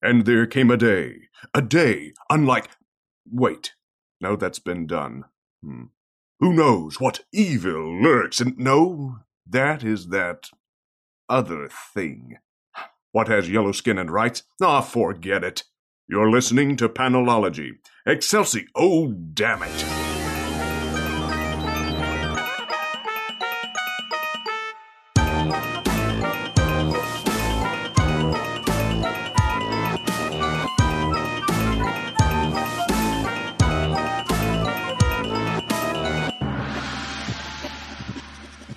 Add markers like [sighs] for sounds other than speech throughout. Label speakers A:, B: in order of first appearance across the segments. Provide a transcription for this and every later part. A: And there came a day, a day unlike. Wait, no, that's been done. Hmm. Who knows what evil lurks in. No, that is that other thing. What has yellow skin and rights? Ah, forget it. You're listening to Panelology. Excelsi, oh, damn it.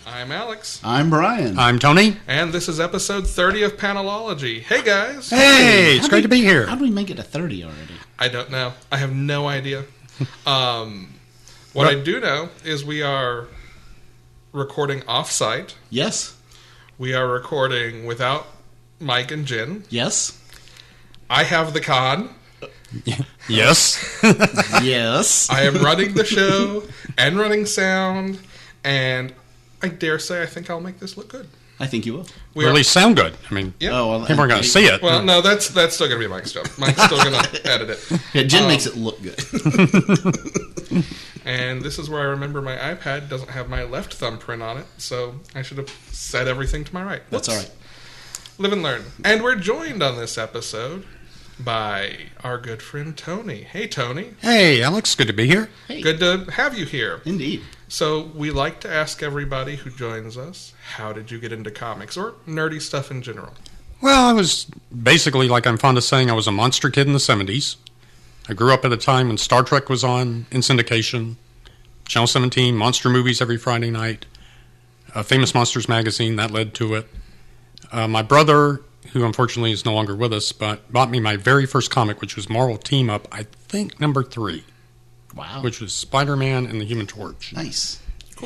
B: I'm Alex,
C: I'm Brian.
D: I'm Tony.
B: and this is episode 30 of Panelology. Hey guys!
D: Hey, it's
C: How'd
D: great
C: we-
D: to be here.
C: How'd we make it to 30 already?
B: I don't know. I have no idea. Um, what I do know is we are recording offsite.
C: Yes.
B: We are recording without Mike and Jin.
C: Yes.
B: I have the con.
D: Yes.
C: Yes.
B: I am running the show and running sound, and I dare say I think I'll make this look good.
C: I think you will.
B: We
D: Or at least sound good. I mean,
B: Yeah.
C: Oh, well,
D: people aren't going to see it.
B: Well, no, that's that's still gonna be Mike's stuff. Mike's still gonna edit it.
C: Yeah, Jen
D: Uh,
C: makes it look good. [laughs]
B: And this is where I remember my iPad doesn't have my left thumbprint on it, so I should have set everything to my right.
C: That's all right.
B: Live and learn. And we're joined on this episode by our good friend Tony. Hey, Tony.
D: hey, Alex, good to be here.
C: Hey,
B: Good to have you here.
C: Indeed.
B: So, we like to ask everybody who joins us, how did you get into comics or nerdy stuff in general?
D: Well, I was basically, like I'm fond of saying, I was a monster kid in the 70s. I grew up at a time when Star Trek was on in syndication, Channel 17, monster movies every Friday night, uh, Famous Monsters magazine, that led to it. Uh, my brother, who unfortunately is no longer with us, but bought me my very first comic, which was Marvel Team Up, I think number three,
C: Wow.
D: which was Spider Man and the Human Torch.
C: nice.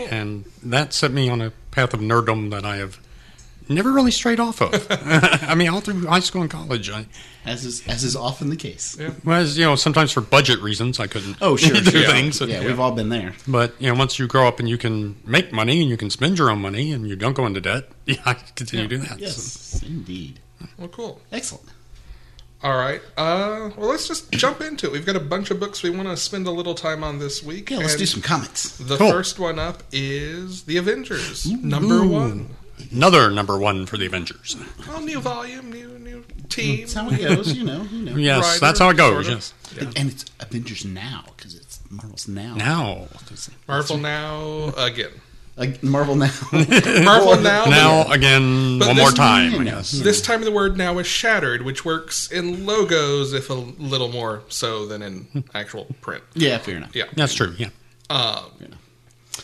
D: and that set me on a path of nerddom that I have never really strayed off of. [laughs] I mean, all through high school and college, I
C: As is as is often the case.
D: was you know sometimes for budget reasons I couldn't
C: Oh, sure,
D: [laughs] do
C: sure.
D: things.
C: yeah, we've all been there.
D: But you know, once you grow up and you can make money and you can spend your own money and you don't go into debt, [laughs] yeah, I continue to do that. So-
C: Yes, indeed.
B: Well, cool.
C: Excellent.
B: All right. Uh, well, let's just [clears throat] jump into it. We've got a bunch of books we want to spend a little time on this week.
C: Yeah, let's
B: and
C: do some comics.
B: The
D: Cool.
B: first one up is The Avengers, number one.
D: Another number one for
C: [laughs]
D: the Avengers.
B: Oh, new volume, new new team.
C: That's how it goes, you know. You know.
D: Yes,
B: writer,
D: that's how it
B: sort
D: goes.
B: of.
D: Yes.
B: Yeah.
C: And it's Avengers now because it's Marvel's now.
D: Now,
B: Marvel now again.
C: Like Marvel
D: [laughs]
C: now.
B: Marvel
C: Oh,
B: now.
D: now again,
B: But
D: one
B: this-
D: more time.
C: You know,
D: yes.
C: you know.
B: This time the word now is shattered, which works in logos if a little more so than in actual print.
C: Yeah, fair enough.
B: Yeah.
D: That's true. Yeah.
B: Um,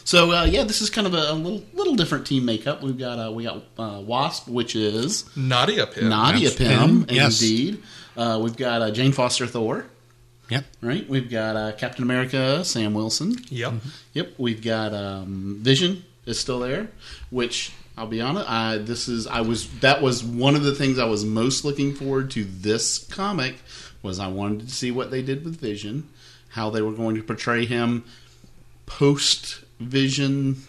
C: So uh, yeah, this is kind of a, a little little different team makeup. We've got uh, we got uh, Wasp, which is
B: Nadia Pym.
C: Nadia
D: That's
C: Pym,
D: Pym, yes.
C: indeed. Uh, we've got uh, Jane Foster Thor,
D: Yep.
C: right? We've got uh, Captain America, Sam Wilson.
B: Yep.
C: Yep, we've got um, Vision is still there, which I'll be honest, I, this is I was that was one of the things I was most looking forward to this comic was I wanted to see what they did with Vision, how they were going to portray him post Vision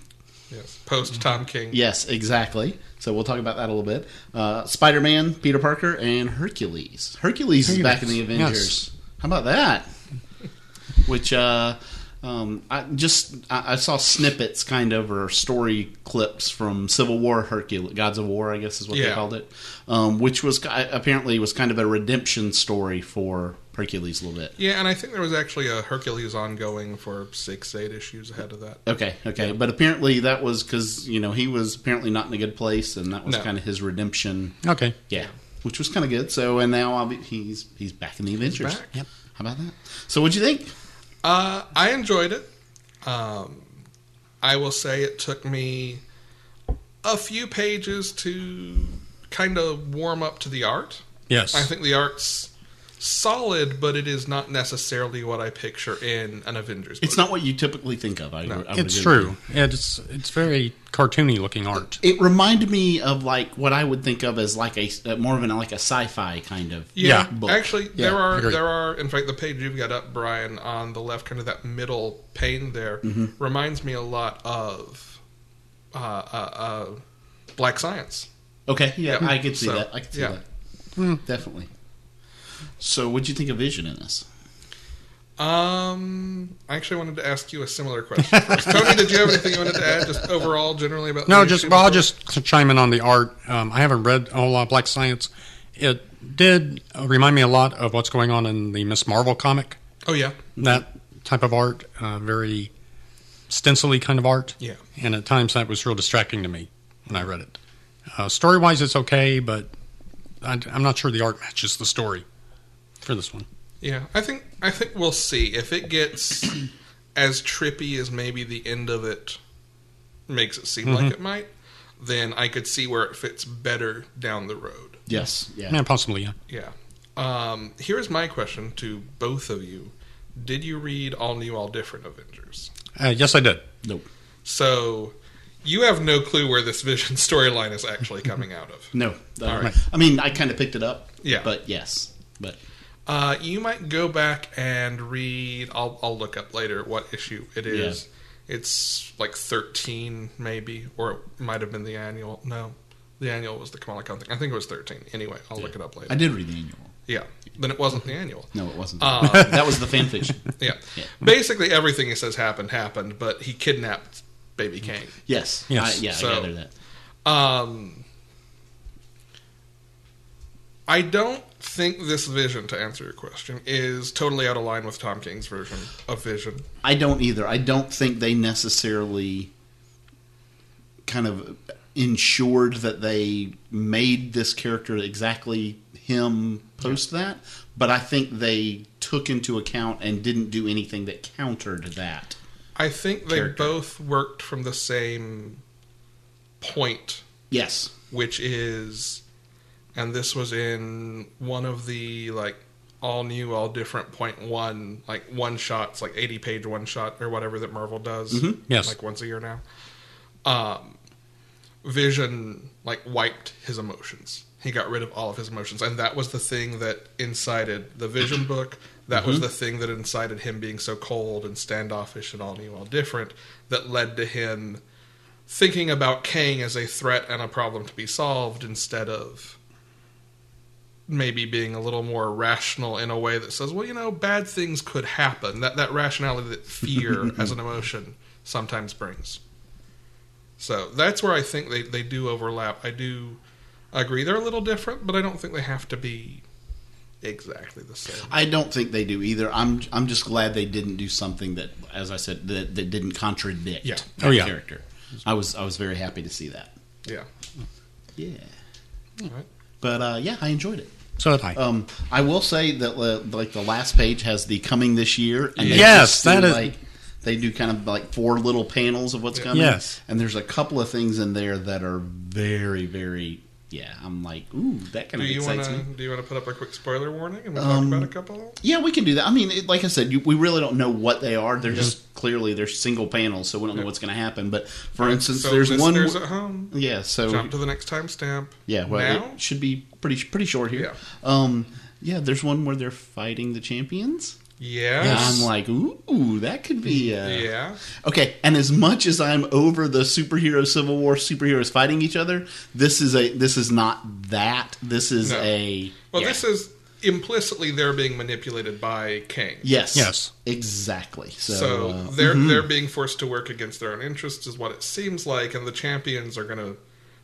B: Yes. Post Tom King.
C: Yes, exactly. So we'll talk about that a little bit. Uh, Spider Man, Peter Parker, and Hercules. Hercules is back in the
D: Hercules,
C: Avengers. How about that? Which uh, um, I just I, I saw snippets, kind of, or story clips from Civil War Hercules, Gods of War, I guess is what
B: Yeah.
C: they called it, um, which was ki- apparently was kind of a redemption story for Hercules a little bit.
B: Yeah, and I think there was actually a Hercules ongoing for six, eight issues ahead of that.
C: Okay, okay, but apparently that was because you know he was apparently not in a good place, and that was
B: No.
C: kind of his redemption.
D: Okay.
C: Yeah, which was kind of good. So, and now I'll be, he's he's back in the Avengers.
B: back.
D: Yep.
C: How about that? So, what'd you think?
B: Uh, I enjoyed it. Um, I will say it took me a few pages to kind of warm up to the art.
D: Yes.
B: I think the art's solid, but it is not necessarily what I picture in an Avengers. Book.
C: It's not what you typically think of. I, I would
D: It's
C: agree with
D: true. It's it's very cartoony looking art.
C: you. It reminded me of like what I would think of as like a uh, more of an like a sci-fi kind of.
B: Yeah,
D: Yeah.
C: book.
B: actually,
C: Yeah,
B: there are
D: agreed.
B: there are. In fact, the page you've got up, Brian, on the left, kind of that middle pane there,
D: Mm-hmm.
B: reminds me a lot of uh, uh, uh, Black Science.
C: Okay. Yeah,
B: Yeah.
C: I could see
B: So, Hmm.
C: that. I could see
B: yeah.
C: that. Definitely. So, what'd you think of Vision in this?
B: Um, I actually wanted to ask you a similar question.
D: [laughs]
B: first. Tony, did you have anything you wanted to add, just overall, generally about?
D: No,
B: the
D: just
B: issue
D: well, I'll
B: before-
D: just ch- chime in on the art. Um, I haven't read a whole lot of Black Science. It did uh, remind me a lot of what's going on in the Miss Marvel comic.
B: Oh yeah,
D: That type of art, uh, very stencily kind of art.
B: Yeah.
D: And at times that was real distracting to me when I read it. Uh, story wise, it's okay, but I, I'm not sure the art matches the story for this one.
B: yeah. I think I think we'll see if it gets as trippy as maybe the end of it makes it seem like it might. Then I could see where it fits better down the road.
C: Yes. Yeah.
D: Yeah, possibly. Yeah.
B: Yeah. Um, here's my question to both of you. Did you read All New, All Different Avengers?
D: Uh, yes, I did.
B: So you have no clue where this Vision [laughs] storyline is actually coming out of.
C: No. Uh,
B: All right.
C: I mean, I kind of picked it up.
B: Yeah.
C: But yes. But
B: Uh, you might go back and read. I'll, I'll look up later what issue it is. It's like 13, maybe, or it might have been the annual. No, the annual was the Kamala Khan thing. I think it was 13. Anyway, I'll look it up later.
C: I did read the annual.
B: yeah. Then it wasn't the annual.
C: No, it wasn't.
B: Uh,
C: that was the fan fiction.
B: Yeah.
C: Yeah.
B: Basically, everything he says happened happened, but he kidnapped Baby Kane. [laughs]
C: Yes.
D: Yes.
C: I, yeah,
B: So-
C: I gather that.
B: Um, I don't think this vision, to answer your question, is totally out of line with Tom King's version of Vision.
C: I don't either. I don't think they necessarily kind of ensured that they made this character exactly him post that, but I think they took into account and didn't do anything that countered that.
B: I think they
C: Character.
B: both worked from the same point,
C: Yes.
B: which is, and this was in one of the like all new, all different point one, like one shots, like 80 page one shot or whatever that Marvel does.
D: Yes.
B: like once a year now. Um, Vision like wiped his emotions. He got rid of all of his emotions, and that was the thing that incited the Vision book. That was the thing that incited him being so cold and standoffish and all new, all different. That led to him thinking about Kang as a threat and a problem to be solved instead of maybe being a little more rational in a way that says, well, you know, bad things could happen. That that rationality that
C: [laughs]
B: fear as an emotion sometimes brings. So that's where I think they, they do overlap. I do agree they're a little different, but I don't think they have to be exactly the same.
C: I don't think they do either. I'm I'm just glad they didn't do something that, as I said, that, that didn't contradict
B: Yeah.
C: that
D: Oh, yeah.
C: character. I was I was very happy to see that.
B: Yeah.
C: Yeah.
B: Alright.
C: But uh, yeah, I enjoyed it.
D: So did I.
C: Um, I will say that uh, like the last page has the coming this year, and they
D: Yes,
C: just do,
D: that is-
C: like they do kind of like four little panels of what's coming.
D: Yes.
C: and there's a couple of things in there that are very, very yeah. I'm like, ooh, that kind
B: Do
C: of
B: you
C: excites
B: wanna
C: me.
B: do you wanna put up a quick spoiler warning and we
C: Um,
B: talk about a couple?
C: Yeah, we can do that. I mean, it, like I said, you, we really don't know what they are.
B: Mm-hmm.
C: They're just clearly they're single panels, so we don't know what's going to happen. But for instance,
B: so
C: there's one.
B: listeners at home.
C: Yeah, so
B: Jump to the next timestamp.
C: Yeah, well,
B: Now?
C: it should be pretty pretty short here.
B: Yeah.
C: Um, yeah, there's one where they're fighting the champions. And
B: Yes.
C: I'm like, ooh, that could be. Uh...
B: yeah.
C: Okay, and as much as I'm over the superhero civil war, superheroes fighting each other, this is a this is not that. This is
B: No.
C: a
B: Well,
C: yeah.
B: this is implicitly they're being manipulated by Kang.
C: yes,
D: Yes.
C: exactly. So,
B: So
C: uh,
B: they're they're being forced to work against their own interests, is what it seems like, and the champions are going to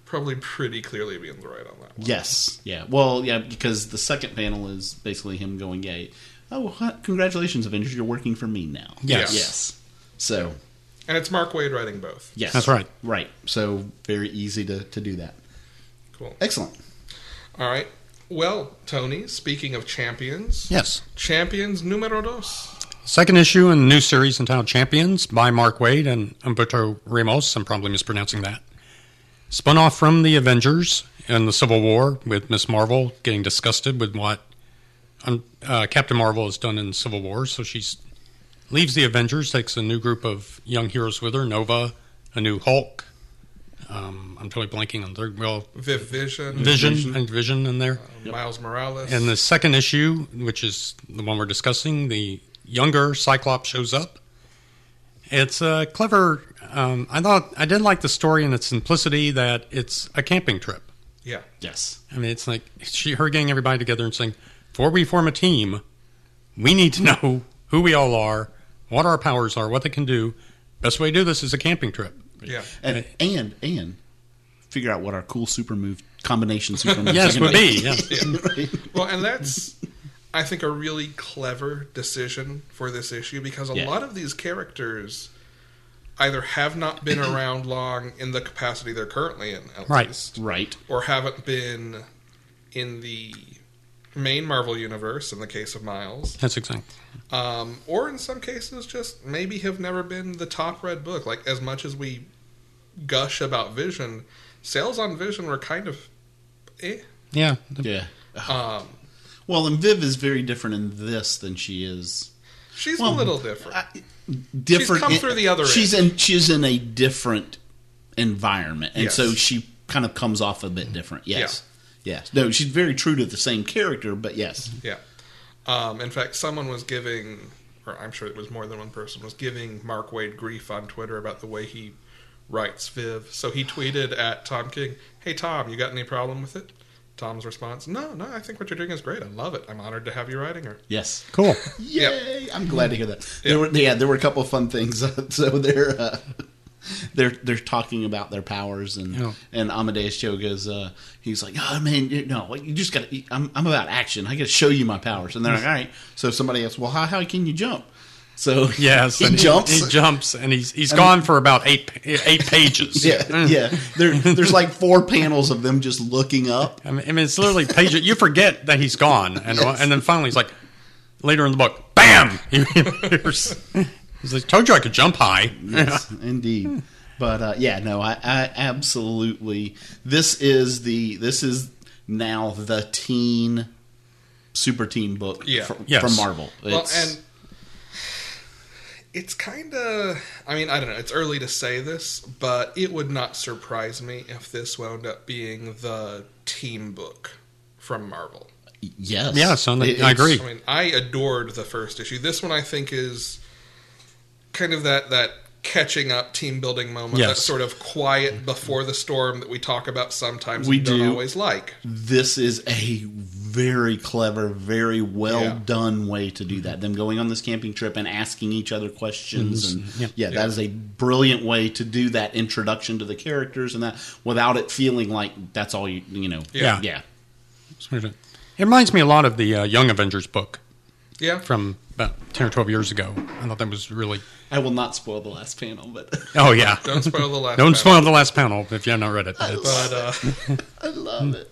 B: probably pretty clearly be in the right on that one.
C: yes, yeah. Well, yeah, because the second panel is basically him going, "Gay, oh, huh, congratulations, Avengers, you're working for me now."
D: Yes.
C: yes. So
B: And it's Mark Wade writing both.
C: yes,
D: That's right.
C: Right. So very easy to to do that.
B: Cool.
C: Excellent.
B: All right. Well, Tony, speaking of champions,
D: Yes.
B: champions numero dos.
D: Second issue in the new series entitled Champions by Mark Wade and Umberto Ramos. I'm probably mispronouncing that. Spun off from the Avengers and the Civil War with Miss Marvel getting disgusted with what um, uh, Captain Marvel has done in Civil War. So she leaves the Avengers, takes a new group of young heroes with her Nova, a new Hulk. Um, I'm totally blanking on the third. Well,
B: Viv Vision,
D: Vision and Vision in there.
B: Miles Morales.
D: And the second issue, which is the one we're discussing, the younger Cyclops shows up. It's a clever. Um, I thought I did like the story and its simplicity that it's a camping trip.
B: yeah,
C: Yes.
D: I mean, it's like she her getting everybody together and saying, before we form a team, we need to [laughs] know who we all are, what our powers are, what they can do. Best way to do this is a camping trip.
B: Yeah.
C: and and and figure out what our cool super move combination super
D: [laughs]
C: moves
D: Yes,
C: are
D: would
C: gonna
D: be. Yeah.
C: [laughs] Right.
B: Well, and that's, I think, a really clever decision for this issue because a
C: Yeah.
B: lot of these characters either have not
C: [clears throat]
B: been around long in the capacity they're currently in, at
D: Right.
B: least,
C: right.
B: or haven't been in the main Marvel universe, in the case of Miles,
D: That's exactly.
B: um, or in some cases, just maybe have never been the top read book. Like, as much as we gush about Vision, sales on Vision were kind of eh.
D: Yeah.
C: Yeah.
B: Um,
C: Well, and Viv is very different in this than she is
B: she's a
C: Well,
B: little different.
C: different.
B: come through the other
C: She's in. She's in a different environment, and
B: Yes.
C: so she kind of comes off a bit different. Yes. Yes. No, she's very true to the same character, but yes.
B: Yeah. Um, in fact, someone was giving, or I'm sure it was more than one person, was giving Mark Wade grief on Twitter about the way he writes Viv. So he tweeted at Tom King, Hey, Tom, you got any problem with it? Tom's response, No, no, I think what you're doing is great. I love it. I'm honored to have you writing her.
C: Yes.
D: Cool.
C: Yay! I'm glad to hear that.
B: Yeah.
C: There were yeah, there were a couple of fun things. [laughs] so they're uh, they're they're talking about their powers and
D: Yeah.
C: and Amadeus Cho goes, uh, he's like, oh man, you, no, like, you just got to. I'm I'm about action. I got to show you my powers. And they're
D: Mm.
C: like, all right. So if somebody asks, well, how how can you jump? So
D: [laughs] Yes.
C: he
D: and
C: jumps.
D: He, jumps, and he's he's gone for about eight pa- eight
C: [laughs]
D: pages.
C: yeah, yeah. There, there's like four panels of them just looking up.
D: I mean, I mean, it's literally pages. You forget that he's gone, and and then finally he's like, later in the book, bam! [laughs] He appears. He's like, told you I could jump high.
C: yes, indeed. But uh, yeah, no, I, I absolutely. This is the this is now the teen, super teen book
B: Yeah.
C: from,
D: Yes.
C: from Marvel. It's,
B: Well, and it's kind of, I mean, I don't know, it's early to say this, but it would not surprise me if this wound up being the team book from Marvel.
C: yes,
D: Yes, on the- I
C: it's-
D: agree.
B: I mean, I adored the first issue. This one, I think, is kind of that that catching up team building moment, that
D: Yes.
B: sort of quiet before the storm that we talk about sometimes.
C: We
B: and don't
C: do.
B: always like.
C: This is a very clever, very well
B: Yeah.
C: done way to do that. Them going on this camping trip and asking each other questions,
D: Mm-hmm.
C: and yeah, that is a brilliant way to do that introduction to the characters and that without it feeling like that's all you you know.
B: Yeah.
C: yeah.
D: It reminds me a lot of the uh, Young Avengers book
B: Yeah,
D: from about ten or twelve years ago. I thought that was really.
C: I will not spoil the last panel, but
D: Oh yeah.
B: don't spoil the last.
D: [laughs] Don't
B: panel.
D: spoil the last panel if you have not read it. It's-
B: But uh,
C: I love it.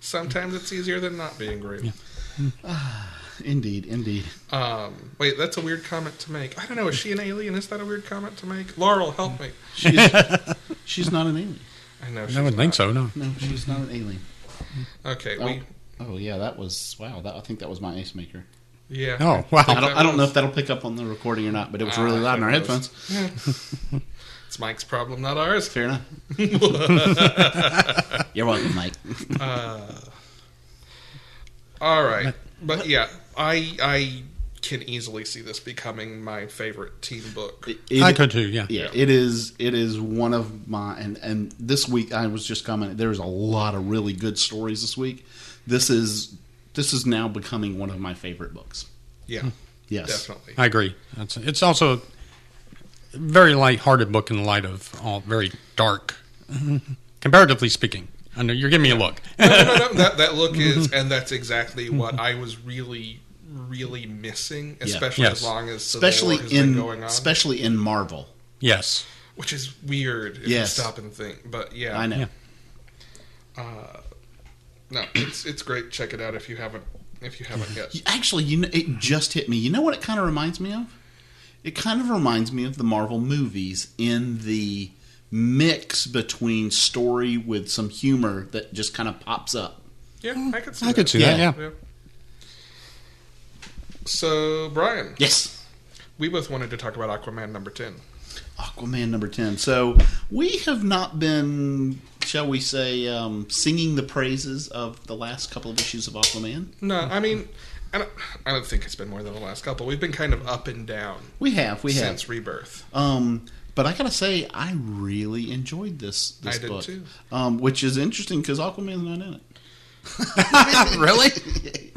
B: sometimes it's easier than not being great.
C: [laughs] Indeed, indeed.
B: Um, wait, that's a weird comment to make. I don't know. Is she an alien? Is that a weird comment to make? Laurel, help me.
C: [laughs] She's, she's not an alien.
B: I know.
D: I wouldn't think so. No.
C: No, she's not an alien.
B: Okay,
C: Oh,
B: we.
C: oh yeah, that was wow. That, I think that was my ace maker.
B: Yeah.
D: Oh wow.
C: I don't, I don't know if that'll pick up on the recording or not, but it was
B: Ah,
C: really
B: I
C: loud in
B: think
C: our
B: it was.
C: headphones.
B: It's Mike's problem, not ours.
C: Fair [laughs] enough. You're welcome, Mike.
B: All right, but yeah, I I can easily see this becoming my favorite team book.
C: It- it-
D: I could too. Yeah.
C: Yeah, it is. It is one of my and and this week I was just commenting. There's a lot of really good stories this week. This is this is now becoming one of my favorite books.
B: Yeah,
C: Yes,
B: definitely.
D: I agree. That's, it's also a very light-hearted book in the light of all very dark, Mm-hmm. comparatively speaking. I know you're giving me a look.
B: No, no, no, that that look is, and that's exactly what I was really really missing, especially
D: Yes.
B: as long as Civil War
C: especially
B: has been
C: in
B: going on,
C: especially in Marvel.
D: yes.
B: which is weird. If
C: Yes.
B: you stop and think, but yeah,
C: I know.
D: Yeah.
B: No, it's it's great. Check it out if you haven't if you haven't yet.
C: You- Actually, you know, it just hit me. You know what it kind of reminds me of? It kind of reminds me of the Marvel movies in the mix between story with some humor that just kind of pops up.
B: Yeah, I could see.
D: I
B: that.
D: could see
C: Yeah.
D: that. Yeah.
B: Yeah. So Brian,
C: Yes.
B: we both wanted to talk about Aquaman number ten.
C: Aquaman number 10. So we have not been, shall we say, um, singing the praises of the last couple of issues of Aquaman.
B: No, I mean, I don't, I don't think it's been more than the last couple. We've been kind of up and down
C: We have, we have.
B: since Rebirth.
C: Um, but I gotta say, I really enjoyed this. This
B: I did
C: book,
B: too.
C: Um, which is interesting because Aquaman's not in it.
D: [laughs] really?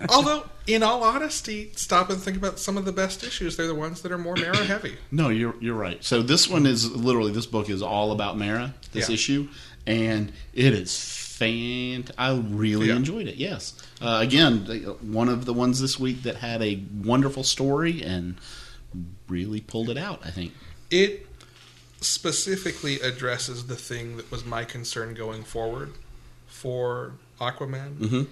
B: Although, in all honesty, stop and think about some of the best issues. They're the ones that are more
C: [coughs]
B: narrow heavy.
C: No, you're you're right. So this one is literally this book is all about Mara, this
B: Yeah.
C: issue, and it is fant. I really
B: Yeah.
C: enjoyed it. Yes, uh, again, they- one of the ones this week that had a wonderful story and really pulled it out. I think.
B: It specifically addresses the thing that was my concern going forward for Aquaman.
C: Mhm.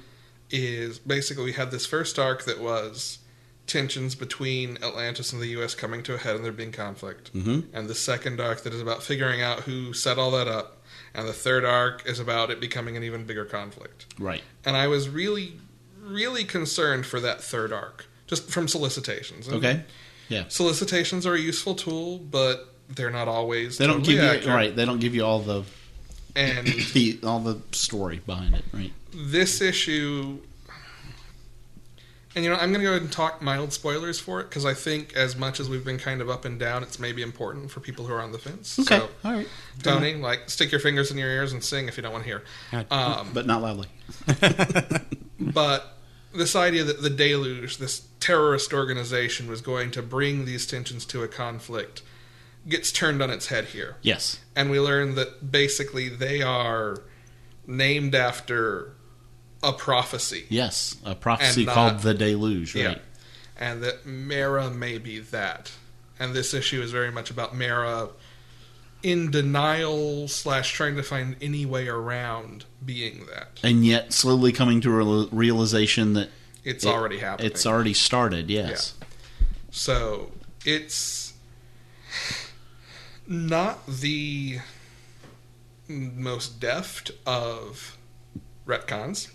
B: Is basically we had this first arc that was tensions between Atlantis and the U.S. coming to a head and there being conflict,
C: Mhm.
B: and the second arc that is about figuring out who set all that up, and the third arc is about it becoming an even bigger conflict
C: Right.
B: and I was really, really concerned for that third arc, just from solicitations. And
C: Okay.
B: solicitations are a useful tool, but they're not always.
C: They don't
B: totally
C: give you
B: accurate.
C: right. They don't give you all the,
B: And
C: the all the story behind it. Right.
B: this issue, and you know, I'm going to go ahead and talk mild spoilers for it because I think as much as we've been kind of up and down, it's maybe important for people who are on the fence.
C: Okay.
B: So,
C: all right.
B: Tony, like, stick your fingers in your ears and sing if you don't want to hear.
D: God.
B: Um,
C: But not loudly.
B: But this idea that the deluge, this terrorist organization, was going to bring these tensions to a conflict gets turned on its head here.
C: Yes.
B: And we learn that basically they are named after a prophecy,
C: Yes. A prophecy
B: And not-
C: called the deluge. Right.
B: Yeah. and that Mara may be that. And this issue is very much about Mara in denial slash trying to find any way around being that.
C: And yet, slowly coming to a real- realization that
B: It's
C: It-
B: already happening.
C: It's already started, yes.
B: So it's not the most deft of retcons,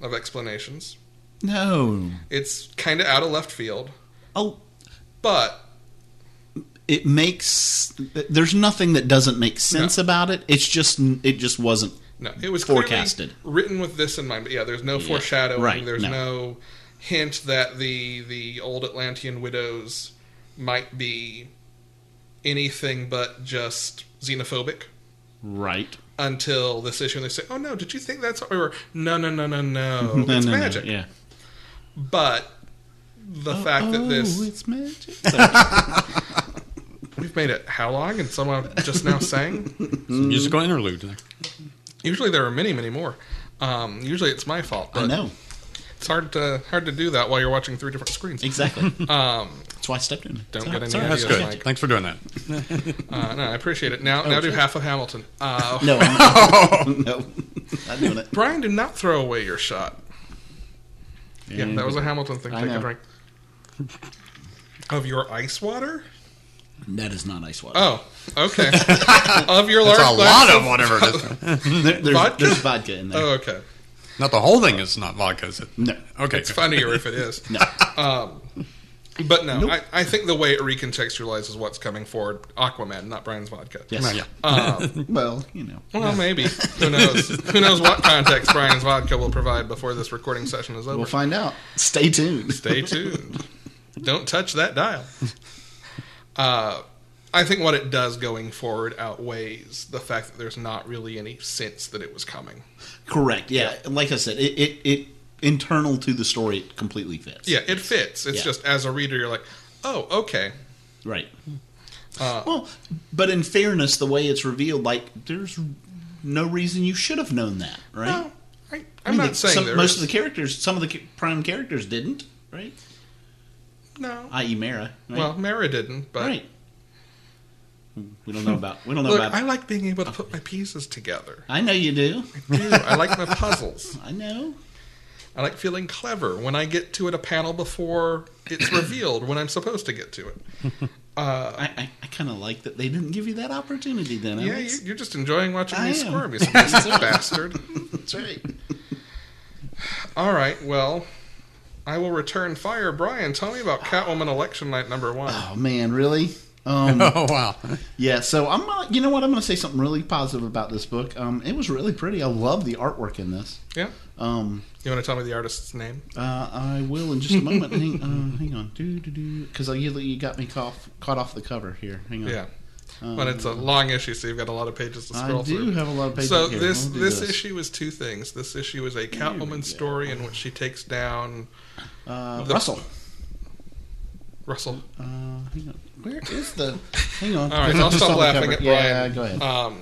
B: of explanations.
C: No.
B: It's kind of out of left field,
C: Oh,
B: but
C: it makes there's nothing that doesn't make sense about it. It's just it just wasn't
B: no, it was clearly
C: forecasted.
B: written with this in mind. But yeah, there's no foreshadowing.
C: right,
B: There's
C: no.
B: no. hint that the the old Atlantean widows might be anything but just xenophobic.
C: Right.
B: until this issue and they say, "Oh no, did you think that's what we were?" No, no, no, no, no.
C: [laughs] No,
B: it's
C: no, no,
B: magic.
C: yeah.
B: But the fact that this
C: Oh, it's magic.
B: [laughs] we've made it how long and someone just now
C: [laughs]
B: sang.
D: Musical interlude. there.
B: Usually there are many, many more. Um, usually it's my fault,
C: I
B: but
C: know.
B: it's hard to hard to do that while you're watching three different screens.
C: Exactly.
B: [laughs] Um,
C: That's why I stepped in.
B: don't get any
D: Sorry, that's
B: ideas,
D: good.
B: Mike.
D: Thanks for doing that.
B: Uh, no, I appreciate it. Now, now do half of Hamilton. Uh,
C: Oh, [laughs] No,
B: [laughs]
C: I'm [laughs] no. I'm doing it.
B: Brian, do not throw away your shot. Yeah, that was a Hamilton thing.
C: I
B: Take
C: know.
B: a
C: [laughs]
B: drink of your ice water.
C: That is not ice water.
B: Oh, okay. of your large
D: It's a lot
B: glass
D: of whatever it [laughs] is.
C: There- there's,
B: Vodka?
C: there's vodka in there.
B: Oh, okay.
D: Not the whole thing is not vodka, is it?
C: No.
D: Okay. [laughs]
B: It's
D: good.
B: funnier if it is. No. Um, but no, I, I think the way it recontextualizes what's coming forward, Aquaman, not Brian's vodka.
C: Yes.
D: Well, yeah.
B: Um,
C: Well, you know.
B: well, maybe. Who knows? Who knows what context Brian's vodka will provide before this recording session is over.
C: We'll find out. Stay tuned.
B: Stay tuned. Don't touch that dial. Uh, I think what it does going forward outweighs the fact that there's not really any sense that it was coming.
C: Correct. Yeah. Like I said, it, it it internal to the story it completely fits.
B: Yeah, it fits. It's
C: Yeah.
B: just as a reader, you're like, oh, okay.
C: Right.
B: Uh,
C: well, but in fairness, the way it's revealed, like there's no reason you should have known that, right?
B: No, I, I'm
C: I mean,
B: not saying
C: some,
B: there
C: most
B: is-
C: of the characters, some of the ca- prime characters didn't, right?
B: no.
C: I.e., Mara. Right?
B: Well, Mara didn't, but
C: right. We don't know about. We don't know
B: look,
C: about.
B: I
C: I,
B: like being able to put my pieces
C: [laughs]
B: together.
C: know you do.
B: I do. I like my puzzles.
C: I know.
B: I like feeling clever when I get to it a panel before it's revealed when I'm supposed to get to it. Uh,
C: I I, I kind of like that they didn't give you that opportunity. Then,
B: yeah, you,
C: Alex.
B: you're just enjoying watching
C: I
B: me
C: am.
B: squirm,
C: [laughs]
B: you sadistic bastard.
C: that's right.
B: All right, well, I will return fire. Brian, tell me about Catwoman election night number one.
C: [laughs] Oh man, really? Um,
D: Oh wow.
C: Yeah, so I'm gonna, you know what I'm going to say something really positive about this book. Um, it was really pretty. I love the artwork in this.
B: Yeah?
C: Um,
B: You want to tell me the artist's name?
C: uh, I will in just a
B: [laughs]
C: moment. uh, hang, uh, hang on, do do do, because you, you got me caught caught off the cover here. Hang on.
B: Yeah. but it's a long issue, so you've got a lot of pages to
C: I
B: scroll
C: do
B: through.
C: have a lot of pages.
B: So
C: here.
B: this
C: Let me do
B: this, issue is two things. This issue is a Catwoman story in which she takes down
C: uh,
B: the-
C: Russell. [laughs]
B: Russell.
C: Uh, hang on. Where is the? Hang
B: [laughs]
C: on.
B: All right,
C: Just
B: I'll stop
C: on the
B: laughing
C: cover.
B: at Brian.
C: Yeah, go ahead.
B: Um,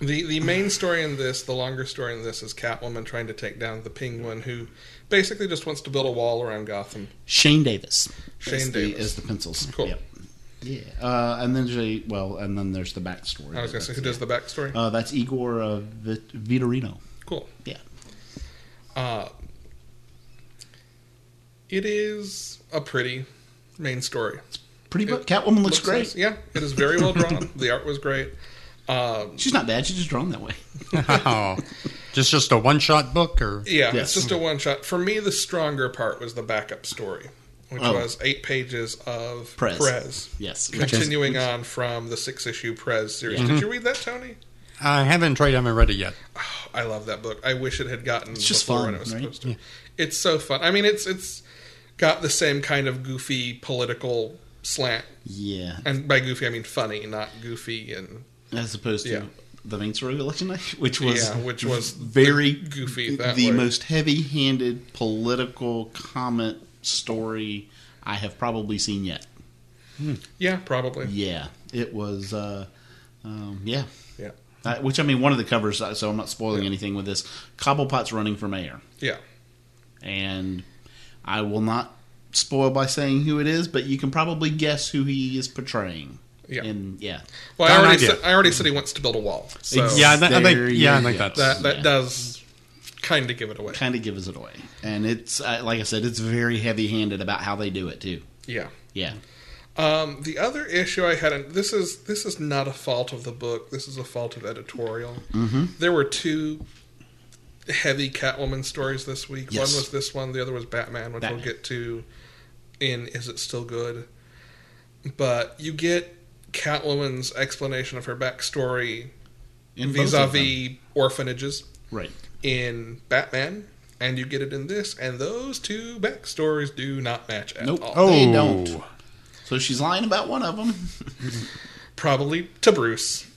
B: the the main story in this, the longer story in this, is Catwoman trying to take down the Penguin, who basically just wants to build a wall around Gotham.
C: Shane Davis.
B: Shane
C: is the,
B: Davis.
C: is the pencils.
B: Cool.
C: Yep. Yeah. Uh, and then there's a well, and then there's the backstory.
B: I was going to say, who does the backstory?
C: Uh, that's Igor uh, Vit- Vitorino.
B: cool.
C: Yeah.
B: Uh, it is a pretty main story. It
C: Pretty much. Catwoman looks, great.
B: nice. Yeah, it is very well drawn. [laughs] the art was great. Um,
C: She's not bad. She's just drawn that way.
D: Wow. just just a one shot book, or
B: Yeah,
C: Yes.
B: it's just a one shot. For me, the stronger part was the backup story, which
C: Oh.
B: was eight pages of
C: Prez.
B: Prez,
C: [laughs] Yes. which is-
B: continuing on from the six issue Prez series. Did you read that, Tony?
D: I haven't tried, haven't read it yet.
B: Oh, I love that book. I wish it had gotten
C: It's just
B: before
C: fun,
B: when it was
C: right?
B: supposed to. It's so fun. I mean, it's it's got the same kind of goofy political slant,
C: Yeah.
B: and by goofy I mean funny, not goofy and
C: As opposed to
B: Yeah.
C: the Vainsborough election night, [laughs] which was
B: Yeah, which was
C: very
B: the goofy that
C: the
B: way.
C: most heavy-handed political comment story I have probably seen yet.
B: yeah, probably
C: Yeah, it was. Uh, um, yeah,
B: yeah
C: Uh, which I mean, one of the covers. uh, So I'm not spoiling anything with this. Cobblepot's running for mayor,
B: yeah.
C: and I will not spoil by saying who it is, but you can probably guess who he is portraying.
B: Yeah.
C: and yeah,
B: Well, I
D: Got an
B: already
D: idea.
B: said, I already said he wants to build a wall. So
C: Ex-
D: Yeah, I, th- I
C: There
D: think yeah, I
C: you
D: think
C: go.
D: that's
B: that that
C: Yeah.
B: does kind of give it away.
C: kind of gives it away. And it's uh, like I said, it's very heavy-handed about how they do it too.
B: Yeah.
C: Yeah,
B: Um, the other issue I had, and this is this is not a fault of the book. This is a fault of editorial. Mm-hmm. There were two heavy Catwoman stories this week.
C: Yes.
B: One was this one. The other was Batman, which
C: Batman.
B: we'll get to in Is It Still Good? But you get Catwoman's explanation of her backstory
C: in both of them.
B: vis-a-vis orphanages
C: right?
B: in Batman, and you get it in this. And those two backstories do not match at
C: Nope,
B: all.
C: they
D: Oh.
C: don't. So she's lying about one of them.
B: probably to Bruce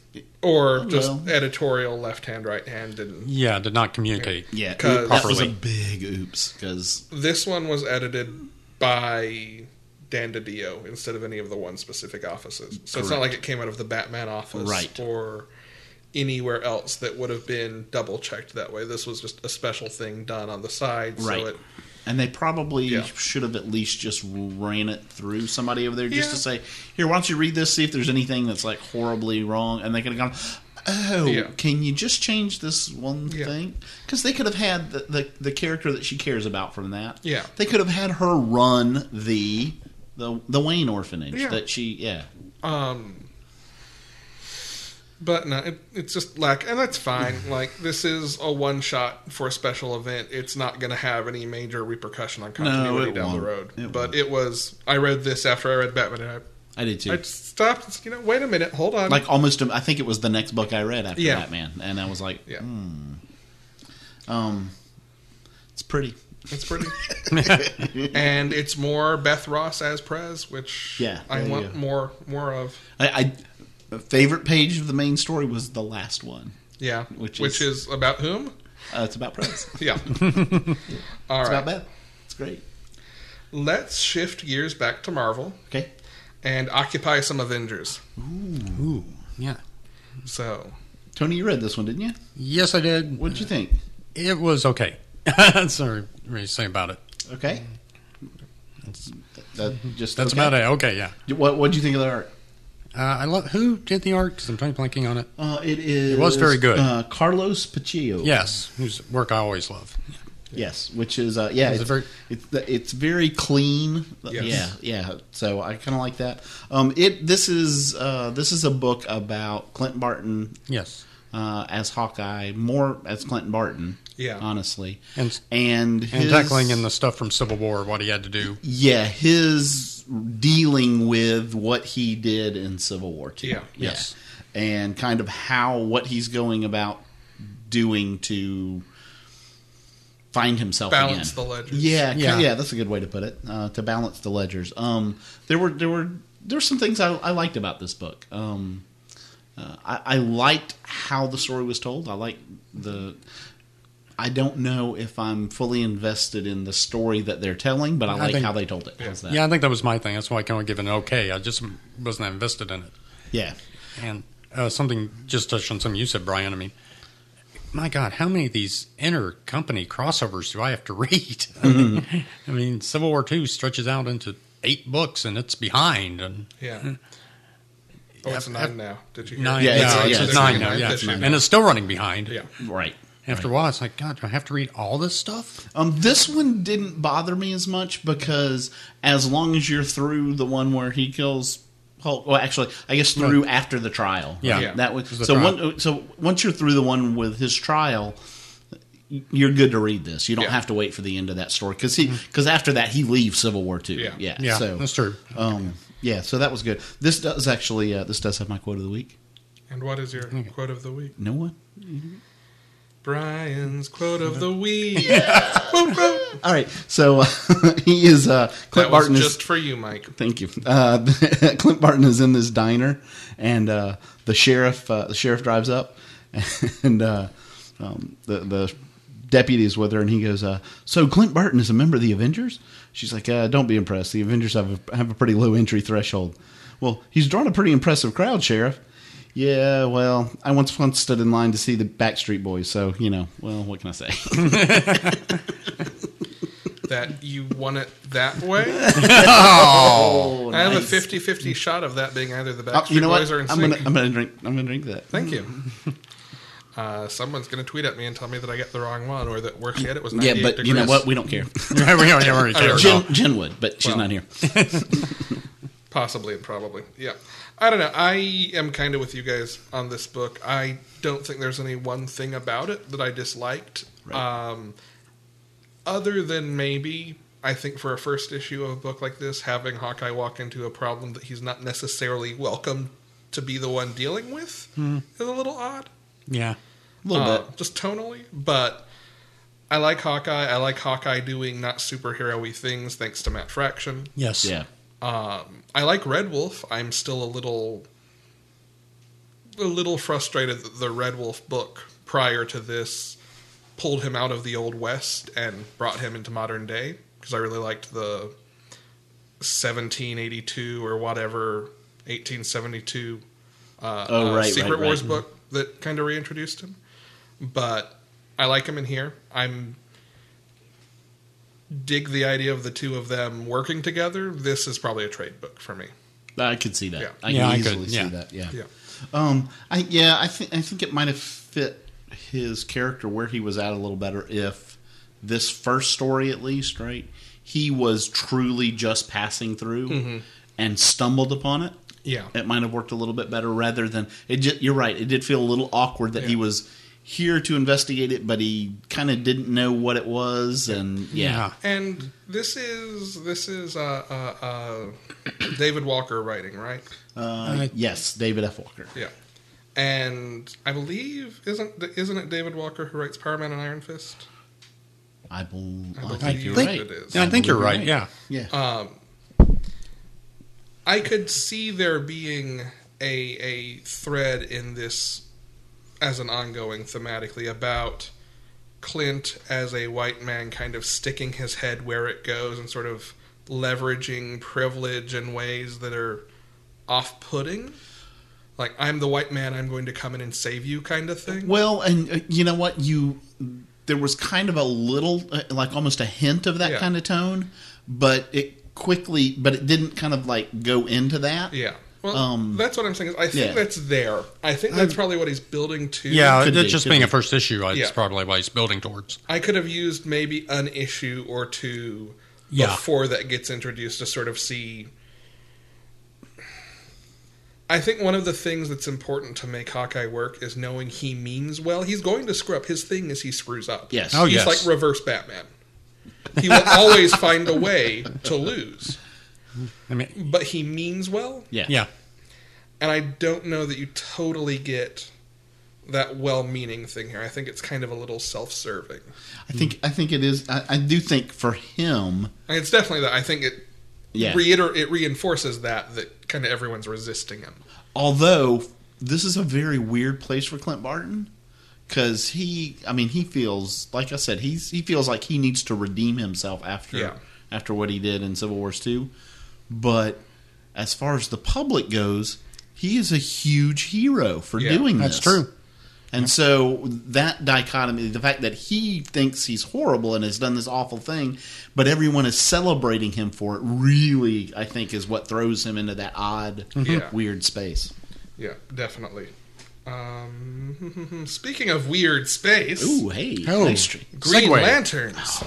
B: or
C: Oh,
B: just
C: well.
B: editorial left hand right hand and
D: yeah, did not communicate.
C: Yeah,
B: Because-
C: that was a
D: Properly.
C: big oops because
B: this one was edited by Dan DiDio instead of any of the one specific offices. So it's not like it came out of the Batman office
C: Right.
B: or anywhere else that would have been double checked that way. This was just a special thing done on the side.
C: Right.
B: So it
C: And they probably
B: Yeah.
C: should have at least just ran it through somebody over there just
B: Yeah.
C: to say, here, why don't you read this, see if there's anything that's like horribly wrong. And they could have gone, oh,
B: Yeah.
C: can you just change this one
B: Yeah.
C: thing? Because they could have had the, the, the character that she cares about from that.
B: Yeah.
C: They could have had her run the. The, the Wayne orphanage
B: Yeah.
C: that she yeah
B: Um, but no, it, it's just like, and that's
C: [laughs]
B: fine. like this is a one shot for a special event. It's not going to have any major repercussion on continuity
C: it
B: down the
C: won't.
B: road.
C: It
B: but
C: won't.
B: it was. I read this after I read Batman. And
C: I did too
B: I, I stopped. and said, You know, wait a minute, hold on.
C: like almost I think it was the next book I read after
B: Yeah.
C: Batman and I was like "Hmm."
B: yeah,
C: um it's pretty
B: it's
C: [laughs]
B: pretty. and it's more Beth Ross as Prez, which
C: Yeah,
B: I
C: there you
B: want
C: go.
B: more more of.
C: I, I favorite page of the main story was the last one.
B: Yeah,
C: Which
B: which is about whom?
C: Uh, it's about press. [laughs] It's
B: Yeah. All right.
C: about Beth. It's great.
B: Let's shift gears back to Marvel.
C: Okay.
B: and occupy some Avengers.
D: Ooh, yeah.
B: So
C: Tony, you read this one, didn't you?
D: Yes, I did.
C: What'd you think?
D: It was okay. [laughs] That's all I really say about it.
C: Okay. That, just
D: That's about it. Okay, yeah.
C: it. What What'd you think of the art?
D: Uh, I love who did the art because I'm totally blanking on it.
C: Uh, it is.
D: It was very good.
C: Uh, Carlos Pacillo.
D: Yes, whose work I always love.
C: Yes, which is uh, yeah,
D: It's
C: it's,
D: a very-
C: it's it's very clean.
B: Yes.
C: Yeah, yeah. So I kind of like that. Um, it this is uh, this is a book about Clint Barton
D: Yes,
C: uh, as Hawkeye, more as Clinton Barton.
B: Yeah.
C: honestly,
D: and
C: and
D: and
C: his-
D: tackling in the stuff from Civil War, what he had to do.
C: yeah his dealing with what he did in Civil War Two.
B: Yeah.
D: Yes.
C: and kind of how what he's going about doing to find himself
B: Balance
C: again.
B: the ledgers.
C: Yeah, ki-
D: Yeah.
C: yeah, that's a good way to put it. Uh, to balance the ledgers. Um, there were there were there's some things I, I liked about this book. Um, uh, I, I liked how the story was told. I liked the. I don't know if I'm fully invested in the story that they're telling, but I,
D: I
C: like
D: think-
C: how they told it. How's that?
D: Yeah, I think that was my thing. That's why I kind of give it an okay. I just wasn't that invested in it.
C: yeah.
D: And uh, something just touched on something you said, Brian. I mean, my God, how many of these inter company crossovers do I have to [laughs] read? I mean, I mean, Civil War Two stretches out into eight books, and it's behind. And
B: Yeah. Oh, it's
D: Hmm. Yep,
B: nine now. Did you hear?
D: nine,
C: Yeah,
D: yeah,
C: it's-
D: it's,
C: yeah,
D: at
C: it's
D: nine
C: nine
D: now,
C: now,
D: yeah,
C: it's nine
D: and it's still running behind.
B: Yeah.
C: Right.
D: After a while, it's like, God, do I have to read all this stuff?
C: Um, this one didn't bother me as much because as long as you're through the one where he kills Hulk, well, actually, I guess through after the trial.
D: Yeah.
C: right?
D: Yeah.
C: that was
D: The
C: so.
D: trial.
C: One, so once you're through the one with his trial, you're good to read this. You don't
B: Yeah.
C: have to wait for the end of that story because he because after that he leaves Civil War Two.
B: Yeah.
C: yeah,
D: Yeah,
C: So, [laughs]
D: that's true. [laughs]
C: um, yeah, so that was good. This does actually. Uh, this does have my quote of the week.
B: And what is your quote of the week?
C: No one.
B: Brian's quote of the
D: [laughs]
B: week. Woo, woo.
C: All right. So [laughs] he is uh, Clint
B: That was
C: Barton is-
B: just for you, Mike.
C: Thank you. Uh, [laughs] Clint Barton is in this diner, and uh, the sheriff uh, the sheriff drives up, [laughs] and uh, um, the the deputy is with her, and he goes, uh, "So Clint Barton is a member of the Avengers?" She's like, uh, "Don't be impressed. The Avengers have a, have a pretty low entry threshold." Well, he's drawn a pretty impressive crowd, sheriff. Yeah, well, I once once stood in line to see the Backstreet Boys, so you know, well, what can I say?
B: That you won it that way.
C: [laughs] [laughs] Oh,
B: I have
C: nice.
B: a 50-50 shot of that being either the
C: Oh,
B: Backstreet
C: you know
B: Boys
C: what?
B: or in
C: I'm gonna I'm gonna drink I'm gonna drink that.
B: Thank you. [laughs] Uh, someone's going to tweet at me and tell me that I get the wrong one, or that worse yet, it was 98
C: Yeah, but
B: degrees.
C: you know what? We don't [laughs] care.
D: Yeah, we already- we already covered it all.
C: Jen, Jen would, but she's
B: Well.
C: not here.
B: Possibly and probably. Yeah. I don't know. I am kind of with you guys on this book. I don't think there's any one thing about it that I disliked. Um, other than maybe, I think for a first issue of a book like this, having Hawkeye walk into a problem that he's not necessarily welcome to be the one dealing with is a little odd.
D: Yeah,
C: Hmm. A little
B: Uh,
C: bit.
B: just tonally. But I like Hawkeye. I like Hawkeye doing not superhero y things thanks to Matt Fraction.
D: yes,
C: Yeah.
B: Um, I like Red Wolf. I'm still a little, a little frustrated that the Red Wolf book prior to this pulled him out of the old west and brought him into modern day because I really liked the 1782 or whatever 1872 uh,
C: Oh,
B: uh,
C: right,
B: Secret
C: right, right.
B: Wars book that kind of reintroduced him. But I like him in here. I'm dig the idea of the two of them working together. This is probably a trade book for me.
C: I could see that.
B: Yeah.
C: I can
D: Yeah, I
C: easily
D: could,
C: see
D: yeah.
C: that. Yeah.
B: Yeah.
C: Um I yeah, I think I think it might have fit his character where he was at a little better if this first story at least, right? He was truly just passing through and stumbled upon it.
B: Yeah.
C: It might have worked a little bit better rather than it just, you're right, it did feel a little awkward that he
B: Yeah.
C: was here to investigate it, but he kind of didn't know what it was and yeah.
D: yeah.
B: And this is this is uh, uh, uh, David Walker writing, right?
C: Uh, yes, David F. Walker.
B: Yeah. And I believe isn't isn't it David Walker who writes Power Man and Iron Fist?
C: I, bel- Oh, I,
B: believe
C: think you're
B: it
C: right.
B: is.
D: Yeah, I think you're
C: believe
D: right.
C: you're
D: Yeah,
C: Yeah.
B: Um, I could see there being a a thread in this as an ongoing thematically about Clint as a white man kind of sticking his head where it goes and sort of leveraging privilege in ways that are off putting. Like I'm the white man, I'm going to come in and save you kind of thing.
C: well, and uh, you know what? You there was kind of a little, uh, like almost a hint of that
B: Yeah.
C: kind of tone, but it quickly, but it didn't kind of like go into that.
B: Yeah. Well,
C: Um,
B: that's what I'm saying. Is I think
C: yeah.
B: that's there. I think that's probably what he's building to.
D: yeah.
C: Could
D: it's
C: be,
D: just
C: could
D: being
C: be.
D: a first issue. It's
B: Yeah.
D: probably what he's building towards.
B: I could have used maybe an issue or two
D: Yeah.
B: before that gets introduced to sort of see. I think one of the things that's important to make Hawkeye work is knowing he means well. He's going to screw up. His thing is he screws up.
C: Yes.
D: Oh,
B: he's
D: yes.
B: like reverse Batman. He will [laughs] always find a way to lose,
D: I mean,
B: but he means well.
C: Yeah.
D: yeah,
B: And I don't know that you totally get that well-meaning thing here. I think it's kind of a little self-serving.
C: I think I think it is. I, I do think for him,
B: And it's definitely that. I think it
C: Yeah.
B: reiter- it reinforces that that kind of everyone's resisting him.
C: Although this is a very weird place for Clint Barton because he, I mean, he feels like I said, he's he feels like he needs to redeem himself after
B: Yeah.
C: after what he did in Civil Wars two. But as far as the public goes, he is a huge hero for
B: Yeah,
C: doing
D: that's
C: this.
D: true.
C: And so that dichotomy, the fact that he thinks he's horrible and has done this awful thing, but everyone is celebrating him for it, really, I think, is what throws him into that odd,
B: Yeah.
C: weird space.
B: Yeah, definitely. Um, [laughs] speaking of weird space,
C: Ooh, hey,
D: Oh.
C: nice tr-
B: Green
D: segue.
B: Lanterns.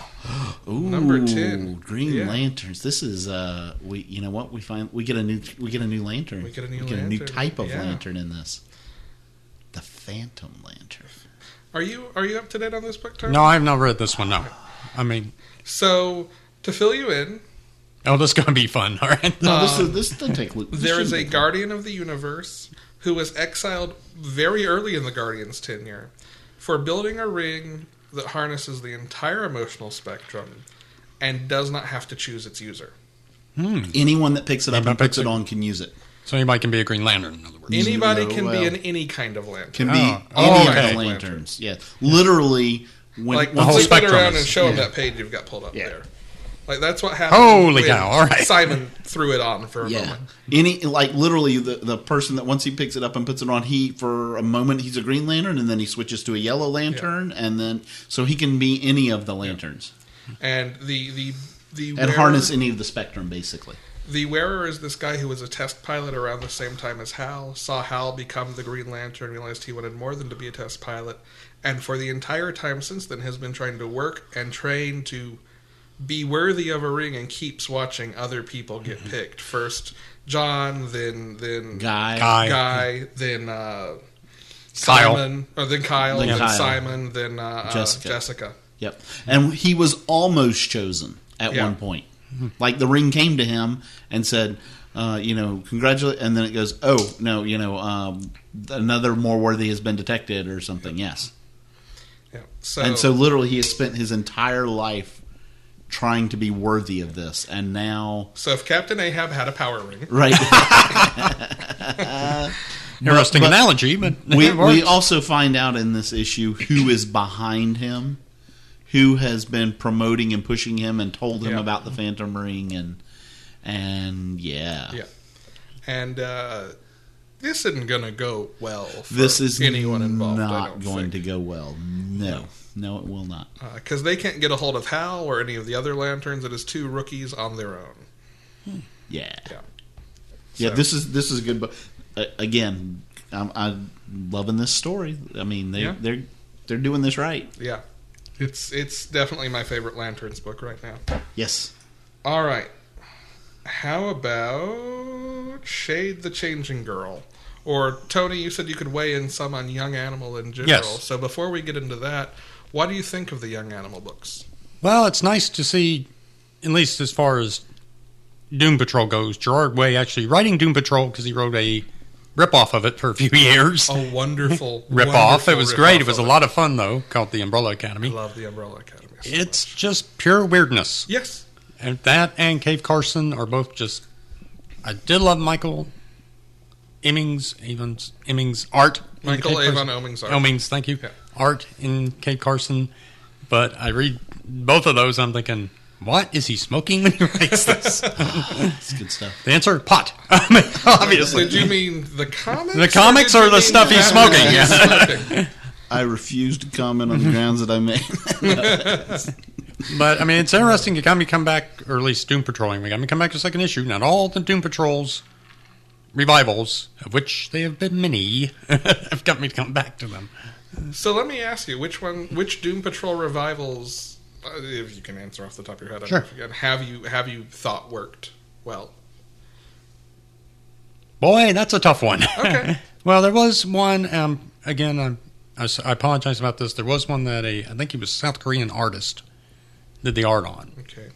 C: Ooh,
B: Number 10.
C: Green
B: Yeah.
C: Lanterns. This is uh, we. You know what? We find we get a new we get a new lantern.
B: We get a new lantern,
C: type of
B: yeah.
C: lantern in this. The Phantom Lantern.
B: Are you are you up to date on this book, Tom?
D: No, I have not read this one. No, I mean,
B: So to fill you in,
D: oh, this is gonna be fun. [laughs] All right.
C: No, this is, this doesn't take. Luke.
B: Uh, there is a guardian of the universe who was exiled very early in the guardian's tenure for building a ring that harnesses the entire emotional spectrum and does not have to choose its user.
C: anyone that picks it up
D: Anyone
C: and puts
D: picks
C: it
D: it-
C: on can use it.
D: So anybody can be a Green Lantern. In other words,
B: Anybody
C: No,
B: can
C: well.
B: be in any kind of lantern.
C: Can be
D: Oh.
C: any
D: Oh,
C: of
D: okay.
C: the lanterns. Yeah, literally. When
B: Like,
D: whole
C: once
B: flip
C: they-
B: it
D: spectrum
B: around and
D: is-
B: show him
C: yeah.
B: that page you've got pulled up
C: Yeah.
B: there. Like, that's what happened.
D: Holy
B: when
D: cow, all right.
B: Simon threw it on for a
C: yeah,
B: moment.
C: any like literally the the person that once he picks it up and puts it on, he for a moment he's a Green Lantern, and then he switches to a Yellow Lantern, and then so he can be any of the lanterns
B: And the. the the
C: and
B: wearer-
C: harness any of the spectrum, basically.
B: The wearer is this guy who was a test pilot around the same time as Hal, saw Hal become the Green Lantern, realized he wanted more than to be a test pilot, and for the entire time since then has been trying to work and train to be worthy of a ring and keeps watching other people get
D: Mm-hmm.
B: picked. First John, then then
C: Guy,
D: Guy.
B: Guy, then uh
D: Kyle.
B: Simon, or then Kyle,
C: Then
B: then,
C: Kyle.
B: Simon, then uh, Jessica.
C: Jessica.
B: Uh, Jessica.
C: Yep. And he was almost chosen at
B: Yeah.
C: one point. Like the ring came to him and said, uh, you know, congratulate. And then it goes, oh, no, you know, um, another more worthy has been detected or something. Yes.
B: Yeah. So,
C: And so literally he has spent his entire life trying to be worthy of this.
B: [laughs]
C: And now,
B: so if Captain Ahab had a power ring,
C: right.
D: Interesting
C: but-
D: analogy, but
C: [laughs] we,
D: [laughs] it works.
C: we also find out in this issue who is behind him, who has been promoting and pushing him and told him
B: Yeah.
C: about the Phantom Ring and and yeah.
B: Yeah. And uh, this isn't going to go well for
C: This is
B: anyone involved. I
C: not
B: don't
C: going
B: think.
C: to go well. No. No, it will not.
B: Because they can't get a hold of Hal or any of the other lanterns. It is two rookies on their own.
C: Yeah.
B: Yeah.
C: Yeah,
B: So-
C: this is this is a good book. Uh, again, I'm, I'm loving this story. I mean, they
B: Yeah.
C: they're they're doing this right.
B: Yeah. It's, it's definitely my favorite lanterns book right now.
C: Yes.
B: All right. How about Shade the Changing Girl? Or, Tony, you said you could weigh in some on Young Animal in general.
D: Yes.
B: So, before we get into that, what do you think of the Young Animal books?
D: Well, it's nice to see, at least as far as Doom Patrol goes, Gerard Way actually writing Doom Patrol because he wrote a ripoff of it for a few [laughs] years.
B: A wonderful
D: [laughs] Rip off.
B: Oh, wonderful
D: It was great.
B: rip-off
D: It was
B: of
D: a lot of fun though. Called the Umbrella
B: I
D: Academy.
B: love the Umbrella Academy. so
D: It's
B: much.
D: just pure weirdness,
B: yes,
D: and that and Cave Carson are both just. I did love Michael Emmings, even Emmings art. in
B: Michael
D: Cave
B: Avon
D: Carson.
B: Oming's art.
D: Emmings, thank you.
B: Yeah.
D: Art in Cave Carson, but I read both of those. I'm thinking, what is he smoking when he
B: [laughs]
D: writes this?
C: It's good stuff.
D: The answer: pot. [laughs] I mean, obviously.
B: Did you mean the comics?
D: The comics
B: did
D: or
B: you
D: the
B: mean
D: stuff he's
B: that
D: smoking?
B: he's [laughs] smoking?
C: I refuse to comment
D: [laughs]
C: on the grounds that I made.
D: But I mean, it's interesting. You got me come back, or at least Doom Patrolling. We got me come back to the second issue. Not all the Doom Patrols revivals, of which they have been many, [laughs] have got me to come back to them.
B: So let me ask you, which one, which Doom Patrol revivals, uh, if you can answer off the top of your head, I
D: Sure.
B: don't forget, have you have you thought worked well?
D: Boy, that's a tough one.
B: Okay.
D: [laughs] well, there was one. Um, again, um, I, s- I apologize about this. There was one that a I think he was a South Korean artist did the art on.
B: Okay.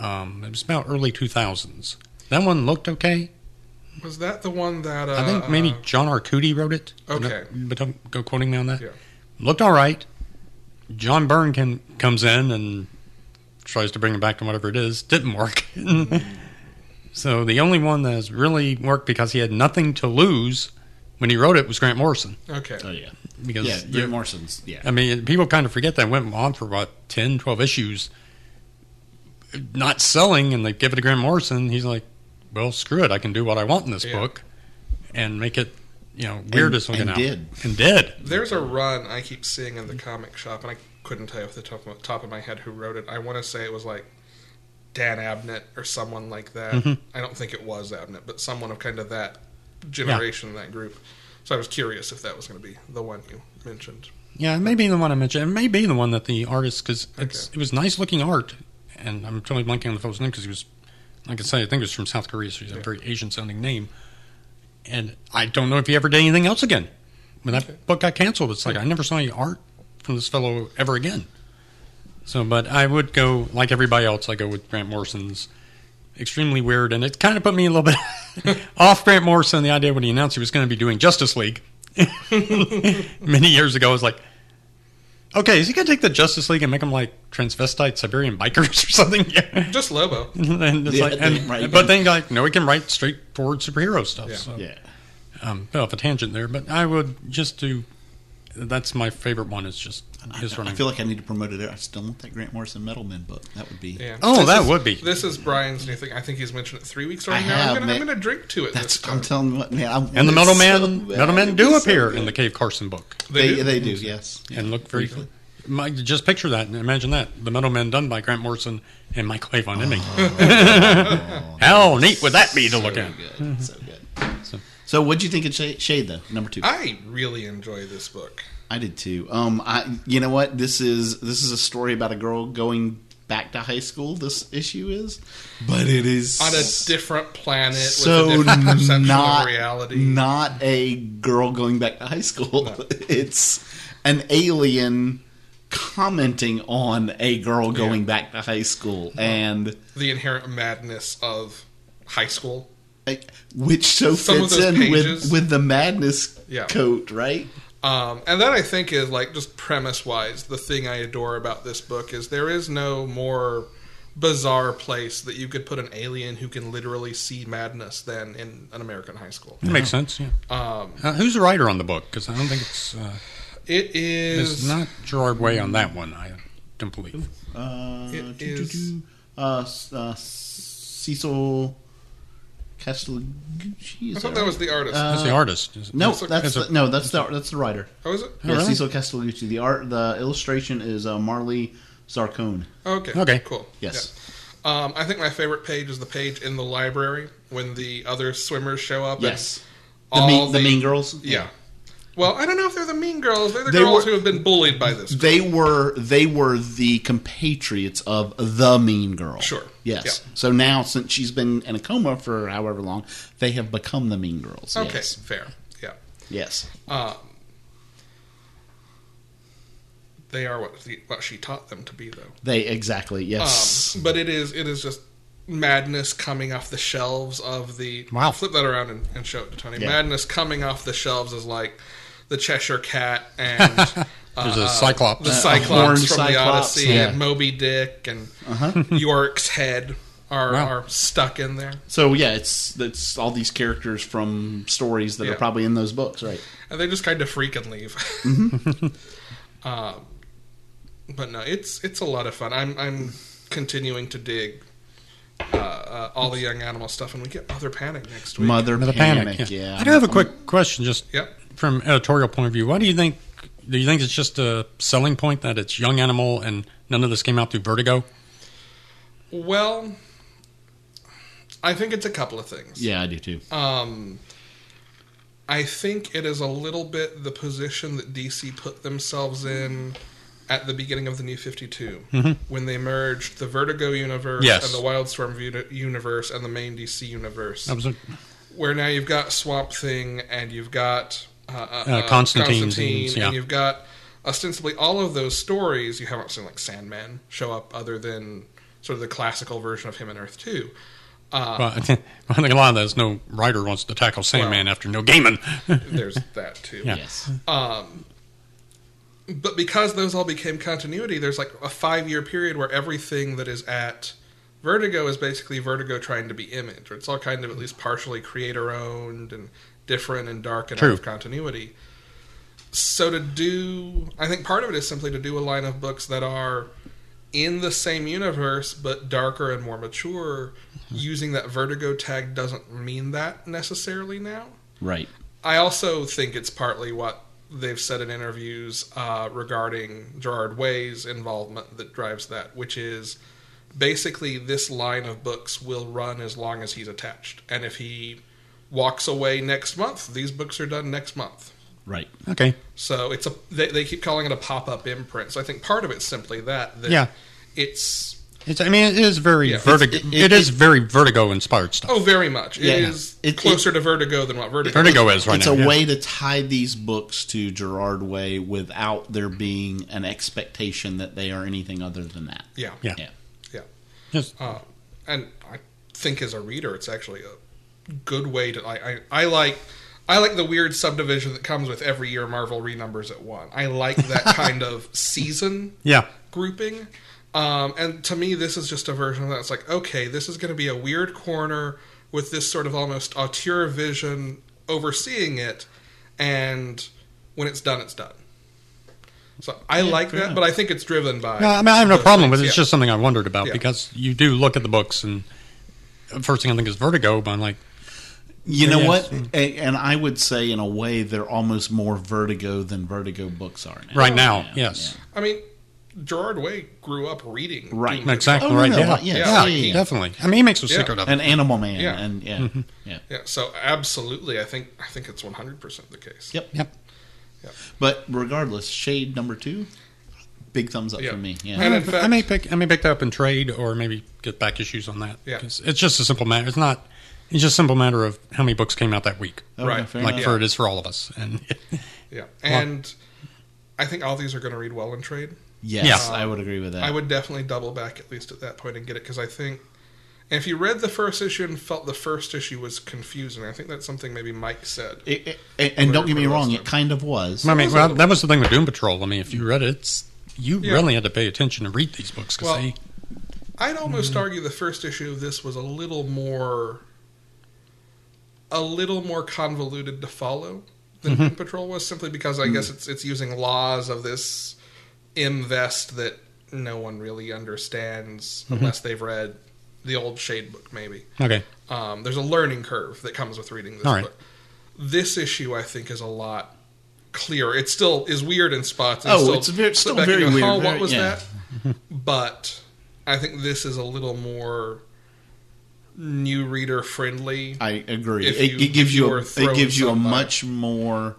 D: Um, it was about early two thousands. That one looked okay.
B: Was that the one that uh,
D: I think maybe John Arcudi wrote it.
B: Okay.
D: But don't go quoting me on that.
B: Yeah.
D: Looked all right. John Byrne can, comes in and tries to bring it back to whatever it is. Didn't work. [laughs] So the only one that has really worked because he had nothing to lose when he wrote it was Grant Morrison.
B: Okay.
C: [laughs] Oh yeah,
D: Because
C: yeah.
D: there-
C: Grant Morrison's. Yeah,
D: I mean, people kind of forget that went on for about 10, 12 issues, not selling, and they give it to Grant Morrison. He's like, well, screw it. I can do what I want in this
B: Yeah.
D: book and make it, you know, weird as
C: and
D: something out.
C: did.
D: And did.
B: There's a run I keep seeing in the comic shop, and I couldn't tell you off the top of, top of my head who wrote it. I want to say it was like Dan Abnett or someone like that.
D: Mhm.
B: I don't think it was Abnett, but someone of kind of that generation, that group. So I was curious if that was going to be the one you mentioned.
D: Yeah, it may be the one I mentioned. It may be the one that the artist, because it was nice looking art. And I'm totally blanking on the fellow's name because he was, like I say, I think it was from South Korea, so he's a
B: Yeah.
D: very Asian sounding name. And I don't know if he ever did anything else again. When that
B: Okay.
D: book got canceled, it's like I never saw any art from this fellow ever again. So, but I would go, like everybody else, I go with Grant Morrison's extremely weird. And it kind of put me a little
B: [laughs]
D: bit off Grant Morrison, the idea when he announced he was going to be doing Justice League [laughs] many years ago. I was like, okay, is he going to take the Justice League and make them like transvestite Siberian bikers or something? [laughs] Yeah.
B: Just Lobo.
D: and it's
C: Yeah,
D: like, and,
C: then, right.
D: but then like, no, he can write straightforward superhero stuff.
B: Yeah.
D: So,
C: yeah.
D: um, fell off a tangent there, but I would just do. That's my favorite one. Is just his
C: I, I
D: running.
C: feel like I need to promote it. I still want that Grant Morrison Metal Men book. That would be.
B: Yeah.
D: oh,
B: This
D: that
B: is-
D: would be.
B: This is Brian's new thing. I think he's mentioned it three weeks already.
C: I
B: now.
C: have,
B: I'm gonna, I'm
C: man.
B: gonna drink to it. this
C: That's.
B: time.
C: I'm telling you what, man. I want
D: and the
C: it
D: Metal
C: so
D: Man,
C: bad.
D: Metal Men
C: It'd be
D: do
C: so
D: appear
C: good.
D: in the Cave Carson book,
C: They, they do. Yes.
D: and look very.
C: briefly.
D: My, just picture that and imagine that the Metal Men done by Grant Morrison and Mike Clavon Emming.
C: Oh,
D: [laughs] How neat would that be to look at?
C: good. So good.
D: [laughs] So-
C: So, what'd you think of Shade, Shade though? Number two.
B: I really enjoy this book.
C: I did too. Um, I you know what this is this is a story about a girl going back to high school. This issue is, but it is
B: On a different planet
C: so
B: with a different perception
C: not
B: of reality.
C: not a girl going back to high school. [laughs] It's an alien commenting on a girl going back to high school and
B: the inherent madness of high school.
C: like, which so
B: Some of
C: fits
B: those
C: in
B: pages-
C: with with the madness
B: Yeah.
C: coat, right?
B: Um, and that I think is like just premise wise, the thing I adore about this book is there is no more bizarre place that you could put an alien who can literally see madness than in an American high school.
D: That makes sense. Yeah.
B: Um,
D: Uh, who's the writer on the book? Because I don't think it's uh,
B: it
D: it's
B: is
D: not Gerard Way on that one. I don't believe.
C: Uh,
B: It
C: do, do,
B: is-
C: do. uh, s- uh, Cecil
B: I
C: Castellagucci. Is
B: thought
C: that
B: that
C: right?
B: was the artist.
C: Uh,
D: That's the artist. is it?
B: Uh,
C: no,
B: That's a-
C: that's
D: that's
C: the, no, that's the that's the writer.
B: oh, is it?
D: Oh,
C: yeah,
D: really?
C: Cecil Castellagucci. The art, the illustration is uh, Marley Zarcone.
B: Okay.
D: Okay.
B: Cool.
C: Yes.
B: Yeah. Um, I think my favorite page is the page in the library when the other swimmers show up. and
C: Yes, the
B: all
C: mean, the, Mean Girls.
B: Yeah. Well, I don't know if they're the mean girls. They're the
C: They
B: girls
C: were-
B: who have been bullied by this.
C: They were they were the compatriots of the Mean Girl.
B: Sure.
C: Yes.
B: Yeah.
C: So now, since she's been in a coma for however long, they have become the Mean Girls.
B: Okay,
C: Yes.
B: fair. Yeah.
C: Yes.
B: Um, they are what the, what she taught them to be, though.
C: They exactly. Yes.
B: Um, but it is it is just madness coming off the shelves of the.
D: Wow.
B: Flip that around and, and show it to Tony.
C: Yeah.
B: Madness coming off the shelves is like the Cheshire Cat
C: [laughs]
B: and.
D: There's
B: uh,
D: a Cyclops.
B: The
C: a
B: Cyclops
C: horned
B: from the
C: Cyclops,
B: Odyssey
C: yeah. Uh-huh.
B: and Moby Dick and York's head are,
D: Wow.
B: are stuck in there.
C: So yeah, it's it's all these characters from stories that
B: Yeah.
C: are probably in those books, right?
B: And they just kind of freak and leave. [laughs]
D: Mm-hmm.
B: um, but no, it's it's a lot of fun. I'm I'm continuing to dig uh, uh, all the young animal stuff, and we get Mother Panic next week.
C: Mother
D: Another
C: Panic,
D: panic.
C: yeah.
D: I do have a quick question, just
B: Yep.
D: from editorial point of view. Why do you think? Do you think it's just a selling point that it's Young Animal and none of this came out through Vertigo?
B: Well, I think it's a couple of things.
C: Yeah, I do too.
B: Um, I think it is a little bit the position that DC put themselves in at the beginning of the New 52 when they merged the Vertigo universe
D: Mm-hmm. Yes.
B: and the Wildstorm uni- universe and the main DC universe.
D: That was a,
B: where now you've got Swamp Thing and you've got uh, uh,
D: Uh,
B: uh,
D: Constantine's
B: Constantine,
D: and- yeah.
B: and you've got ostensibly all of those stories. You haven't seen like Sandman show up other than sort of the classical version of him in Earth Two. Uh,
D: well, [laughs] I think I think a lot of that is no writer wants to tackle Sandman after No Gaiman.
B: There's [laughs] that too.
D: Yeah.
C: Yes.
B: But because those all became continuity, there's like a five year period where everything that is at Vertigo is basically Vertigo trying to be Image, or it's all kind of at least partially creator owned and different and dark and out
D: True.
B: of continuity. So to do, I think part of it is simply to do a line of books that are in the same universe but darker and more mature. Using that Vertigo tag doesn't mean that necessarily now.
C: Right.
B: I also think it's partly what they've said in interviews uh, regarding Gerard Way's involvement that drives that, which is basically this line of books will run as long as he's attached. And if he walks away next month, these books are done next month.
C: Right.
D: Okay.
B: So it's a they, they keep calling it a pop up imprint. So I think part of it's simply that, that
D: Yeah.
B: it's
D: [laughs] It's, I mean, it is very
B: Yeah.
D: vertigo.
C: It's- it- it-
D: it is very vertigo inspired stuff.
B: oh very much. It
C: Yeah.
B: is
C: It- it-
B: closer to Vertigo than what Vertigo. is.
D: vertigo is right
C: it's
D: now.
C: a
D: yeah.
C: way to tie these books to Gerard Way without there being an expectation that they are anything other than that.
B: Yeah.
D: Yeah.
C: Yeah.
D: Yes.
B: Uh, and I think as a reader, it's actually a good way to. I, I, I like. I like the weird subdivision that comes with every year Marvel renumbers at one. I like
D: [laughs]
B: that kind of season
D: Yeah.
B: grouping. Um, and to me, this is just a version of that. It's like, okay, this is going to be a weird corner with this sort of almost auteur vision overseeing it. And when it's done, it's done. So I like that, but I think it's driven by.
D: No, I mean, I have no
B: those
D: problem with it.
B: things,
D: It's
B: yeah.
D: just something I wondered about
B: Yeah.
D: because you do look at the books, and first thing I think is vertigo, but I'm like,
C: You know
D: Yeah.
C: what? A- And I would say, in a way, they're almost more Vertigo than Vertigo books are now.
D: right now,
C: Yeah,
D: yes.
B: I mean, Gerard Way grew up reading.
C: Right.
B: Doom Patrol.
D: Exactly
C: Oh, no,
D: right.
C: no,
D: yeah.
C: like, yes,
D: yeah.
B: yeah, yeah,
C: yeah.
D: Definitely. I mean, he makes us
B: Yeah.
D: sick of it.
C: And Animal Man.
B: Yeah.
C: And yeah.
D: Mm-hmm.
C: Yeah.
B: Yeah, so absolutely, I think I think it's one hundred percent the case.
C: Yep.
D: Yep.
C: But regardless, shade number two, big thumbs up
B: Yeah.
C: for me. Yeah.
B: And in fact,
D: I may pick. I may pick that up in trade, or maybe get back issues on that.
B: Yeah.
D: 'Cause It's just a simple matter. It's not. It's just a simple matter of how many books came out that week,
C: Okay,
B: Right.
C: fair
D: like
C: enough.
D: for it is for all of us. And [laughs]
B: yeah, and I think all these are going to read well in trade.
C: Yes,
B: Yeah.
C: I would agree with that.
B: I would definitely double back at least at that point and get it because I think if you read the first issue and felt the first issue was confusing, I think that's something maybe Mike said.
C: It- it- and- and don't get me
B: Whatever
C: wrong,
B: it was.
C: it kind of was.
D: I mean, well, that was the thing with Doom Patrol. I mean, if you read it, it's, you
B: Yeah.
D: really had to pay attention to read these books because
B: Well,
D: they.
B: I'd almost argue the first issue of this was a little more a little more convoluted to follow than Doom Patrol was, simply because I guess it's it's using laws of this invest that no one really understands unless they've read the old Shade book, maybe.
D: Okay.
B: Um, there's a learning curve that comes with reading this
D: All right.
B: book. This issue, I think, is a lot clearer. It still is weird in spots. and
C: Oh,
B: still,
C: it's very-
B: sit
C: still
B: back and
C: very
B: go,
C: weird,
B: "Huh,
C: very-
B: what was
C: yeah." [laughs]
B: that? but I think this is a little more new reader friendly.
C: I agree.
B: If
C: It,
B: you-
C: it gives
B: if
C: you,
B: you
C: a,
B: were
C: it
B: throwing
C: gives you a
B: somebody-
C: much more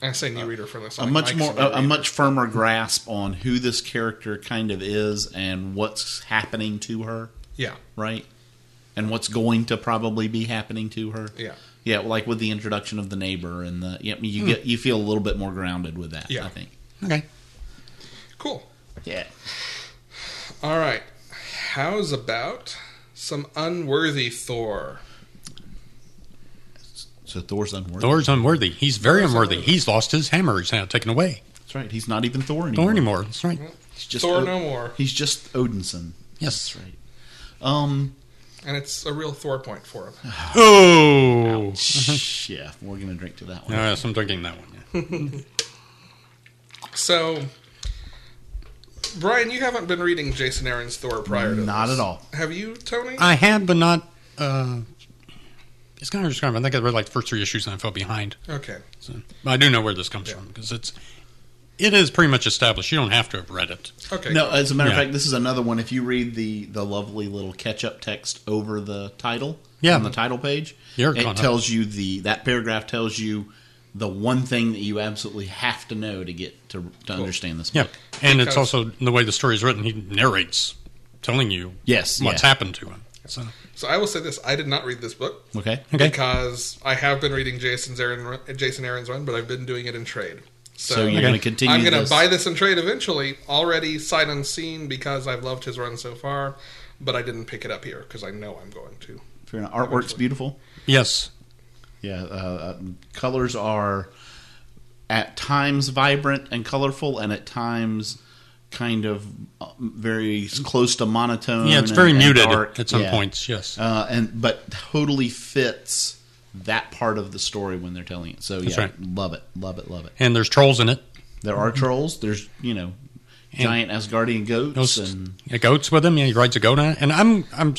B: I say new reader friendly. it's
C: a
B: like
C: much
B: Mike's
C: more
B: new
C: a, a
B: reader.
C: much firmer grasp on who this character kind of is and what's happening to her,
B: yeah
C: right? And what's going to probably be happening to her.
B: yeah.
C: Yeah, like with the introduction of the neighbor and the yeah, I mean, you get you feel a little bit more grounded with that.
B: Yeah.
C: I think.
D: Okay.
B: Cool.
C: Yeah.
B: All right. How's about some unworthy Thor?
C: So Thor's unworthy.
D: Thor's unworthy. He's very unworthy. He's lost his hammer. He's now taken away.
C: That's right. He's not even Thor anymore.
D: Thor anymore. That's right.
C: He's just
B: Thor
C: O-
B: no more.
C: He's just Odinson.
D: Yes.
C: right. Um.
B: And it's a real Thor point for him.
D: Oh.
C: Mm-hmm. yeah, we're gonna drink to that one.
D: No, yes, I'm drinking that one. yeah.
B: So, Brian, you haven't been reading Jason Aaron's Thor prior to
C: Not
B: this.
C: at all.
B: Have you, Tony?
D: I had, but not. Uh, it's kind of described. I think I read like the first three issues and I fell behind.
B: okay.
D: So, but I do know where this comes from because it's it is pretty much established. You don't have to have read it.
B: Okay.
C: No, as a matter of
D: Yeah.
C: fact, this is another one. If you read the the lovely little catch up text over the title,
D: Yeah.
C: on the title page,
D: You're
C: it
D: gonna-
C: tells you the that paragraph tells you the one thing that you absolutely have to know to get to to understand this.
D: Yeah,
C: book.
D: and
B: Because-
D: it's also the way the story is written. He narrates, telling you
C: Yes.
D: what's
C: yeah.
D: happened to him. So
B: So I will say this: I did not read this book
C: Okay.
D: okay,
B: because I have been reading Jason's Aaron, Jason Aaron's one, but I've been doing it in trade. So,
C: So, you're
D: Okay.
C: going to continue.
B: I'm going to
C: this.
B: buy this in trade eventually. Already sight unseen because I've loved his run so far, but I didn't pick it up here because I know I'm going to.
C: Fair enough. Artwork's beautiful.
D: yes,
C: Yeah. Uh, uh, colors are at times vibrant and colorful, and at times kind of uh, very close to monotone.
D: Yeah, it's
C: and-
D: very
C: and
D: muted
C: dark.
D: at some
C: Yeah.
D: points. Yes,
C: uh, and but totally fits that part of the story when they're telling it. So yeah,
D: right.
C: love it, love it, love it.
D: and there's trolls in it.
C: There are trolls. There's you know giant Asgardian goats
D: Those
C: and
D: yeah, goats with him. Yeah, he rides a goat on it. And I'm I'm.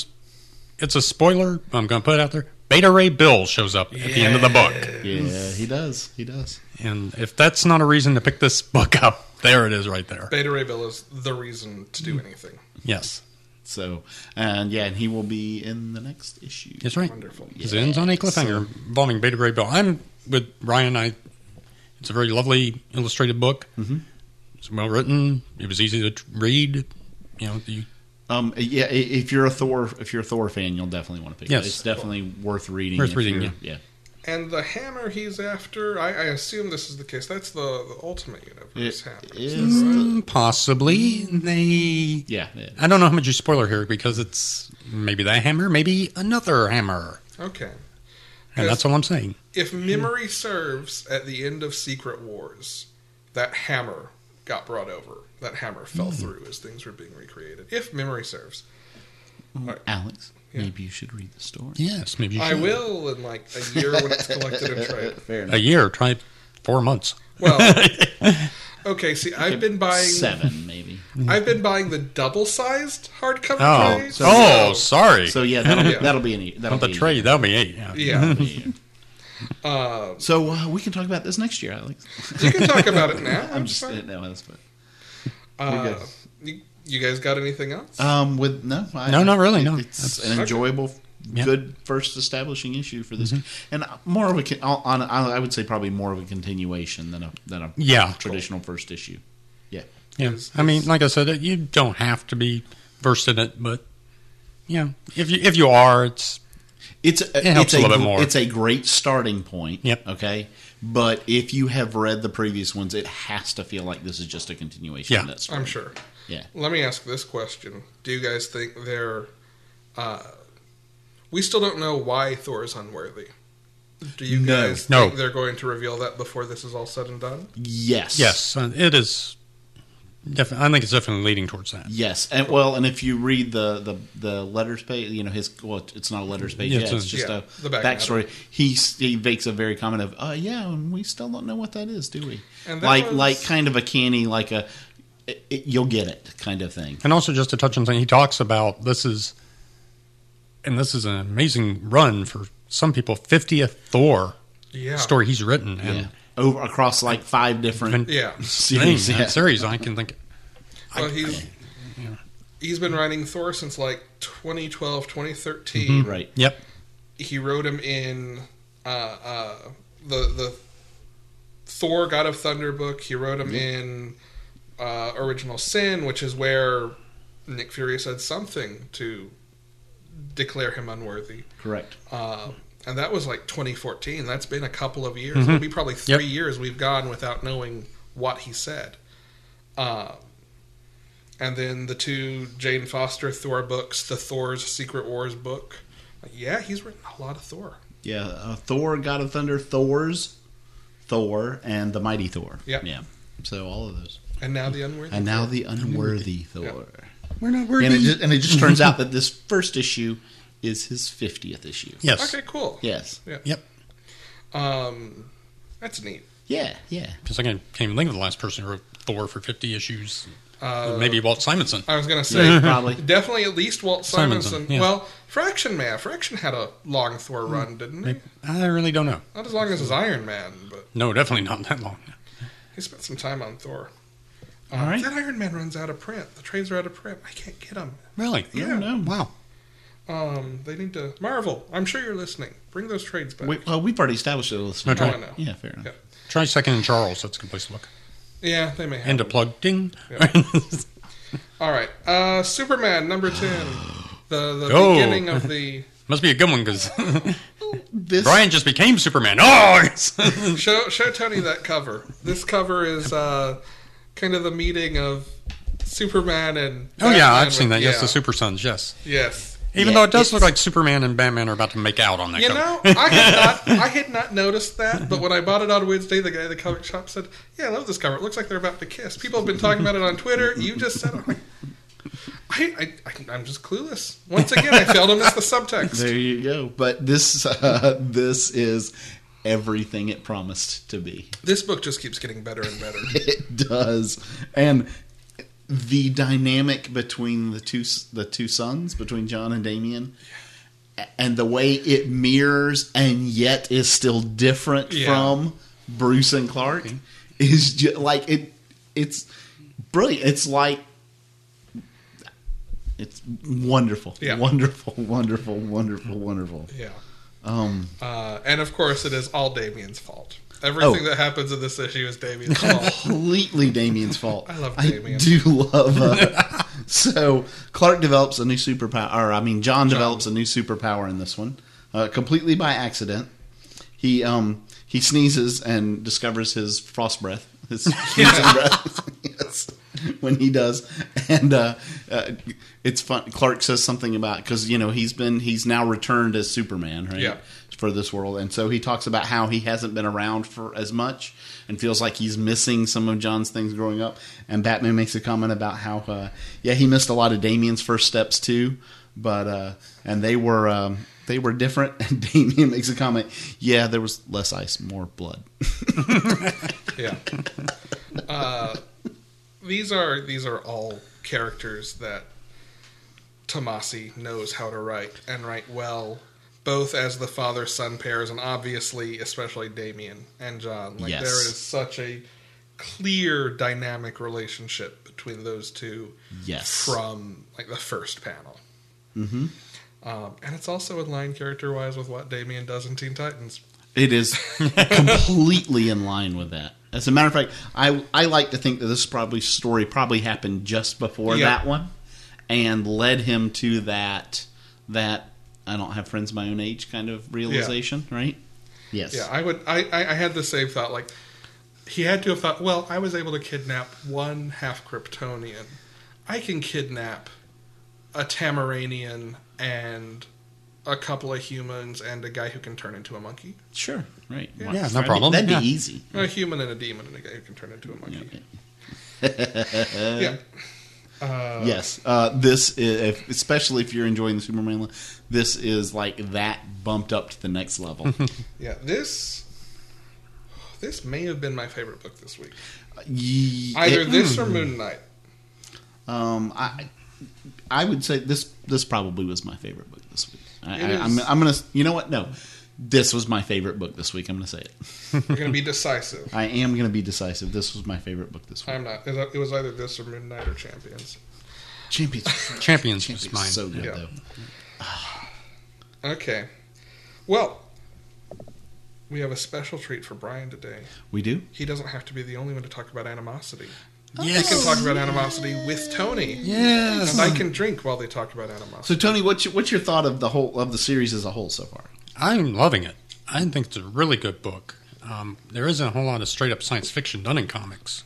D: It's a spoiler. I'm going to put it out there. Beta Ray Bill shows up at the end of the book,
C: yeah, he does, he does.
D: and if that's not a reason to pick this book up, there it is right there.
B: Beta Ray Bill is the reason to
C: Mm.
B: do anything.
D: Yes,
C: So and yeah, and he will be in the next issue.
D: that's right.
B: Wonderful.
D: Because it ends on a cliffhanger involving Beta Ray Bill. I'm with Ryan. I. It's a very lovely illustrated book. Mm-hmm. It's well written. It was easy to t- read. You know, you
C: Um, yeah, i- if you're a Thor, if you're a Thor fan, you'll definitely want to pick
D: Yes.
C: it. It's definitely worth reading.
D: Worth
C: if
D: reading,
C: you're- yeah.
B: And the hammer he's after, I, I assume this is the case. That's the, the Ultimate Universe
C: It
B: hammer.
C: is
B: Is that right?
D: Hmm, possibly they
C: yeah, yeah.
D: I don't know how much you spoiler here because it's maybe that hammer, maybe another hammer.
B: Okay.
D: And that's all I'm saying.
B: If memory serves, at the end of Secret Wars, that hammer got brought over. That hammer fell through as things were being recreated. If memory serves,
C: Alex,
B: Yeah.
C: maybe you should read the story.
D: Yes, maybe you
B: I
D: should.
B: will in like a year when it's collected and traded.
C: Fair enough.
D: A year, try four months.
B: Well, okay. See, I've been buying.
C: seven, maybe.
B: I've been buying the double-sized hardcover
D: Oh,
B: trades. so-
D: oh, sorry.
C: So yeah, that'll
B: Yeah.
C: be that'll be an e- that'll
D: the
C: be an
D: trade, that'll be eight. Yeah.
B: yeah.
C: e- yeah.
B: Um,
C: So uh, we can talk about this next
B: [laughs]
C: year, Alex.
B: you can talk about it now.
C: [laughs] I'm just
B: fine.
C: no, that's fine.
B: Uh,
C: good.
B: you, you guys got anything else?
C: Um, with no, I,
D: No, not really, no.
C: it's
D: That's-
C: an
B: Okay.
C: enjoyable,
D: Yeah. Mm-hmm.
C: good first establishing issue for this, and more of a con- on, on. I would say probably more of a continuation than a than a
D: Yeah.
C: traditional first issue. Yeah,
D: yeah. I mean, like I said, it- you don't have to be versed in it, but yeah, if you if you are, it's
C: it's a, it's
D: helps a
C: a,
D: little bit
C: gr-
D: more.
C: It's a great starting point.
D: Yep.
C: Okay, but if you have read the previous ones, it has to feel like this is just a continuation.
D: Yeah.
C: of that story.
B: I'm sure.
C: Yeah.
B: Let me ask this question: Do you guys think they're? Uh, we still don't know why Thor is unworthy. Do you
C: No.
B: guys
D: No.
B: think they're going to reveal that before this is all said and done?
C: Yes.
D: yes, uh, it is. Defi- I think it's definitely leading towards that.
C: Yes, and well, and if you read the the, the letters page, you know his well, it's not a letters page.
D: Yeah,
C: Yeah,
D: it's
C: it's,
D: a-
C: just
B: Yeah,
C: a
B: the back
C: backstory. He s- he makes a very comment of, "Uh, yeah, and we still don't know what that is, do we?"
B: And that
C: Like
B: was-
C: like kind of a canny, like a it, it- you'll get it kind of thing.
D: And also, just to touch on something, he talks about this is, and this is an amazing run for some people. Fiftieth Thor
B: Yeah.
D: story he's written, and [laughs]
C: Yeah, over across like five different
B: Yeah.
C: series.
D: thing,
C: yeah.
D: that series. I can think.
B: Well, he's he's been writing Thor since like 2012, 2013.
C: Mm-hmm. Right.
D: Yep.
B: He wrote him in uh, uh, the the Thor God of Thunder book. He wrote him in uh, Original Sin, which is where Nick Fury said something to declare him unworthy.
C: Correct.
B: Uh, and that was like 2014. That's been a couple of years. It'll be probably three years we've gone without knowing what he said. Uh, and then the two Jane Foster Thor books, the Thor's Secret Wars book. Yeah, he's written a lot of Thor.
C: Yeah, uh, Thor, God of Thunder, Thor's, Thor, and the Mighty Thor.
B: Yeah.
C: Yeah. So all of those,
B: And now the Unworthy.
C: and now the unworthy [laughs] Thor.
D: We're not
C: and it just, and it just turns out that this first issue is his 50th issue.
D: yes.
B: Okay, cool.
C: Yes.
D: Yep.
B: Um, that's neat.
C: Yeah, [laughs] yeah.
D: Because I can't even think of the last person who wrote Thor for fifty issues.
B: Uh,
D: Maybe Walt Simonson.
B: I was going to say,
C: Yeah, [laughs] probably.
B: definitely at least Walt Simonson.
D: Simonson, yeah.
B: Well, Fraction Man. Fraction had a long Thor run, didn't he?
D: I really don't know.
B: Not as long as his Iron Man, but.
D: No, definitely not that long.
B: He spent some time on Thor.
C: All right.
B: That Iron Man runs out of print. The trades are out of print. I can't get them.
D: Really?
B: Yeah.
C: No.
D: Wow.
B: Um, they need to. Marvel, I'm sure you're listening. Bring those trades back.
C: We, well, we've already established it. Let's
D: That's
B: Oh, I know.
C: Yeah, fair enough.
B: Yeah.
D: Try Second and Charles. That's a good place to look.
B: Yeah, they may have.
D: And a plug. Ding.
B: Yeah. All right. Uh, Superman number
D: [gasps]
B: ten. The the
D: Oh.
B: beginning of the
D: [laughs] [laughs] Must be a good one because
C: This
D: [laughs] Brian just became Superman. Oh. [laughs] it's-
B: show show Tony that cover. This cover is uh, kind of the meeting of Superman and
D: oh yeah,
B: Batman
D: I've seen
B: with-
D: that. Yes,
B: yeah.
D: the Super Sons. Yes.
B: yes.
D: Even
C: Yeah,
D: though it does look
C: it's-
D: like Superman and Batman are about to make out on that
B: You
D: cover.
B: know,
C: [laughs]
B: I had not I had not noticed that, but when I bought it on Wednesday, the guy at the comic shop said, "Yeah, I love this cover. It looks like they're about to kiss." People have been talking about it on Twitter. You just said, it. I'm like, I, I, I, am just clueless. Once again, I failed to miss the subtext.
C: There you go. But this [laughs] uh, this is everything it promised to be.
B: This book just keeps getting better and better.
C: It does, and the dynamic between the two the two sons, between John and Damien, and the way it mirrors and yet is still different
B: Yeah.
C: from Bruce and Clark is just like it. It's brilliant. It's like it's wonderful,
B: Yeah.
C: wonderful, wonderful, wonderful, wonderful.
B: Yeah,
C: Um,
B: uh, and of course, it is all Damien's fault. Everything
C: Oh.
B: that happens in this issue is Damien's
C: [laughs]
B: fault.
C: completely Damien's fault.
B: I love
C: I
B: Damien.
C: do love. Uh, [laughs] so Clark develops a new superpower, or I mean, John, develops a new superpower in this one, uh, completely by accident. He um he sneezes and discovers his frost breath,
B: [laughs]
C: his sneezing breath. [laughs] yes. When he does, and uh, uh, it's fun. Clark says something about because you know he's been he's now returned as Superman, right?
B: Yeah.
C: for this world. And so he talks about how he hasn't been around for as much and feels like he's missing some of John's things growing up. And Batman makes a comment about how, uh, yeah, he missed a lot of Damien's first steps too, but uh, and they were um, they were different. [laughs] And Damien makes a comment, yeah, there was less ice, more blood.
B: Yeah. [laughs] Uh, these are these are all characters that Tomasi knows how to write and write well, both as the father son pairs and obviously especially Damien and John. Like
C: Yes.
B: there is such a clear dynamic relationship between those two
C: yes,
B: from like the first panel. Mm-hmm. Um, and it's also in line character wise with what Damien does in Teen Titans.
C: it
B: [laughs]
C: is completely in line with that. As a matter of fact, I I like to think that this probably story probably happened just before
B: Yeah.
C: that one, and led him to that that I don't have friends my own age kind of realization, right? Yes.
B: Yeah, I would. I, I, I had the same thought. Like, he had to have thought, well, I was able to kidnap one half Kryptonian. I can kidnap a Tamaranian and a couple of humans and a guy who can turn into a monkey.
C: Sure. Right.
B: Yeah.
C: Why-
D: Yeah, no
C: that'd be-
D: problem.
C: That'd
D: Yeah.
C: be easy.
B: A human and a demon and a guy who can turn into a monkey. Yeah. Uh,
C: yes. Uh, this, is, if, especially if you're enjoying the Superman, li- this is like that bumped up to the
B: [laughs]
C: next level.
B: yeah. This. This may have been my favorite book this week.
C: Ye-
B: Either
C: it-
B: this or Moon Knight.
C: Um, I I would say this this probably was my favorite book this week. I,
B: It
C: I, I'm,
B: is.
C: I'm gonna you know what no, this was my favorite book this week. I'm gonna say it.
B: We're going to be decisive.
C: I am gonna be decisive. This was my favorite book this week.
B: I'm not. It was either this or Moon Knight or Champions. [laughs]
C: Champions,
D: Champions,
C: Champions,
D: is mine.
C: so good
B: Yeah.
C: though.
B: Okay. Well, we have a special treat for Brian today.
C: We do.
B: He doesn't have to be the only one to talk about animosity.
D: Yes.
B: He Oh. can talk about animosity with Tony.
D: Yes.
B: And I can drink while they talk about animosity.
C: So Tony, what's your, what's your thought of the whole of the series as a whole so far?
D: I'm loving it. I think it's a really good book. Um, there isn't a whole lot of straight up science fiction done in comics,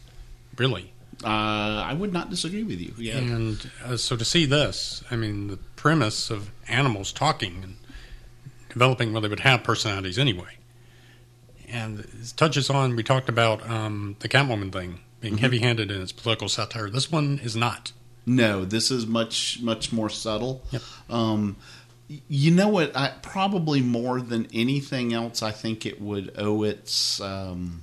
D: really.
C: Uh, I would not disagree with you. Yeah.
D: And uh, so to see this, I mean, the premise of animals talking and developing, well, they would have personalities anyway. And it touches on, we talked about um, the Catwoman thing being
B: Mm-hmm.
D: heavy handed in its political satire. This one is not.
C: No, this is much much more subtle.
D: Yep.
C: Um, y- you know what? I, probably more than anything else, I think it would owe its um,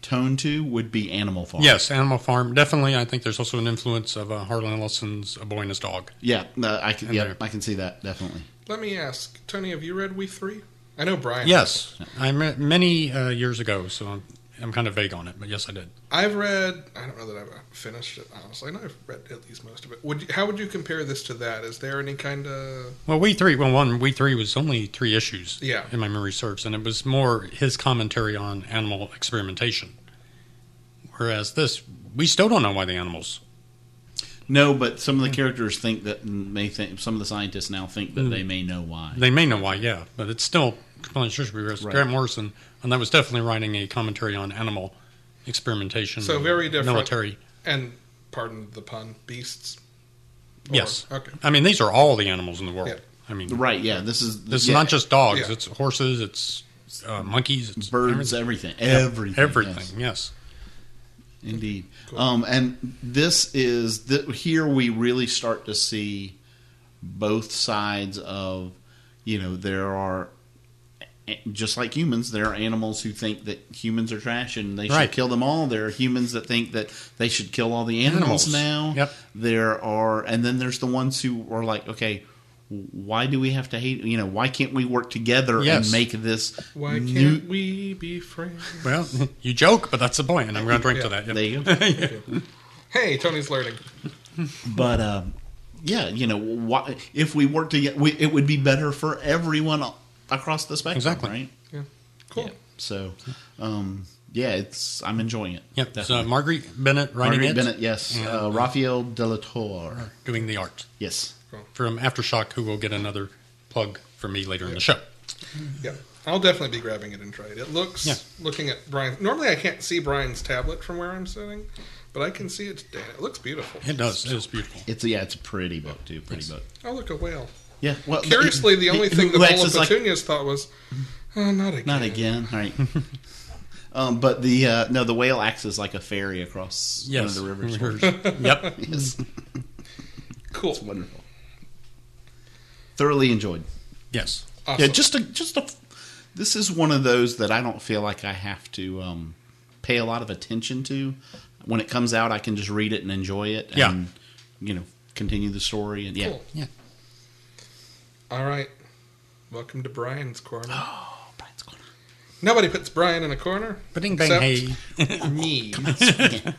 C: tone to would be Animal Farm.
D: Yes, Animal Farm, definitely. I think there's also an influence of uh, Harlan Ellison's A Boy and His Dog.
C: yeah, no, I can.
D: And
C: Yeah,
D: there.
C: I can see that definitely.
B: Let me ask, Tony, have you read We Three? I know Brian.
D: Yes, I met many uh, years ago, so I'm, I'm kind of vague on it, but yes, I did.
B: I've read. I don't know that I've finished it honestly. I know I've read at least most of it. Would you, how would you compare this to that? Is there any kind of
D: Well, we three, well, one, we three was only three issues,
B: Yeah.
D: in my memory serves, and it was more his commentary on animal experimentation. Whereas this, we still don't know why the animals.
C: No, but some of the characters think that may think some of the scientists now think
D: Hmm.
C: that they may know why.
D: They may know why, yeah, but it's still completely sure. Whereas
C: Right.
D: Grant Morrison, and that was definitely writing a commentary on animal experimentation.
B: So
D: and
B: very different.
D: military.
B: and pardon the pun beasts?
D: Yes.
B: Okay.
D: I mean, these are all the animals in the world.
B: Yeah.
D: I mean,
C: Right, yeah. This is
D: this is
C: yeah,
D: not just dogs.
B: Yeah.
D: It's horses. It's uh, monkeys. It's
C: birds, everything, everything,
D: Everything.
C: yes.
D: Yes.
C: Indeed. Um, and this is th- here we really start to see both sides of, you know, there are a- just like humans, there are animals who think that humans are trash and they should
D: Right.
C: kill them all. There are humans that think that they should kill all the animals, now.
D: Animals. Yep.
C: There are, and then there's the ones who are like, okay. Why do we have to hate? You know, why can't we work together and
D: Yes.
C: make this
B: Why can't
C: new-
B: we be friends?
D: Well, [laughs] you joke, but that's the point. And I'm going to drink to that.
C: There
D: [laughs]
C: you go.
B: Hey, Tony's learning.
C: But um, yeah, you know, why, if we work together, we, it would be better for everyone a- across the spectrum,
D: Exactly.
C: right?
B: Yeah. Cool.
C: Yeah. So, um, yeah, it's I'm enjoying it.
D: Yep. So
C: definitely.
D: Marguerite Bennett writing
C: Marguerite
D: it,
C: Bennett, yes. Uh, Raphael Delator,
D: doing the art
C: yes.
D: from Aftershock, who will get another plug from me later in the show.
B: Yeah. I'll definitely be grabbing it and trying it. It looks
D: Yeah.
B: looking at Brian. Normally, I can't see Brian's tablet from where I'm sitting, but I can see it today. and It looks beautiful.
D: It does. It is beautiful.
C: It's a, yeah, it's a pretty book too, pretty book.
B: Oh, look a whale.
C: Yeah. Well,
B: Curiously, the only thing that
C: who acts
B: all of
C: as like-
B: Petunias thought was, oh, not again.
C: not again,
D: [laughs]
C: right? um, but the uh, no, the whale acts as like a ferry across
D: Yes.
C: one of the rivers.
D: [laughs] yep.
C: yes,
B: Cool.
C: wonderful. Thoroughly enjoyed.
D: Yes.
B: Awesome.
C: Yeah, just a just a. This is one of those that I don't feel like I have to um, pay a lot of attention to. When it comes out, I can just read it and enjoy it.
D: Yeah.
C: and you know, continue the story and yeah,
B: Cool.
D: Yeah.
B: All right. Welcome to Brian's corner.
C: Oh, Brian's corner.
B: Nobody puts Brian in a corner.
D: Bing bang
B: Except-
D: hey.
B: Me.
C: Yeah.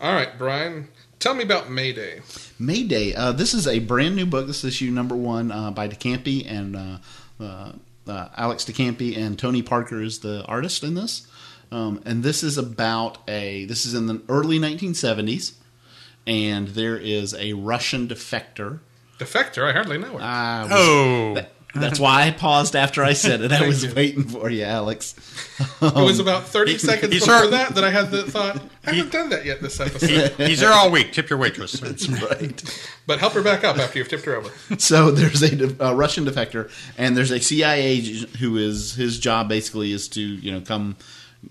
B: All right, Brian. Tell me about Mayday.
C: Mayday. Uh, this is a brand new book. This is issue number one uh, by DeCampi and uh, uh, uh, Alex DeCampi and Tony Parker is the artist in this. Um, and this is about a. This is in the early 1970s, and there is a Russian defector.
B: Defector. I hardly know her.
C: I was-
D: Oh.
C: That's why I paused after I said it.
B: [laughs]
C: I
B: Thank
C: was
B: you.
C: waiting for
B: [laughs]
C: you, Alex.
B: it
C: Um,
B: was about 30 seconds
D: he's
B: before
D: hurt.
B: that that I had the
C: [laughs]
B: thought, I haven't done that yet this episode.
D: He's there all week. Tip
C: [laughs]
D: your waitress.
C: Right.
B: but help her back up after you've tipped her over.
C: [laughs] so there's a, de- a Russian defector, and there's a CIA agent who is his job basically is to you know come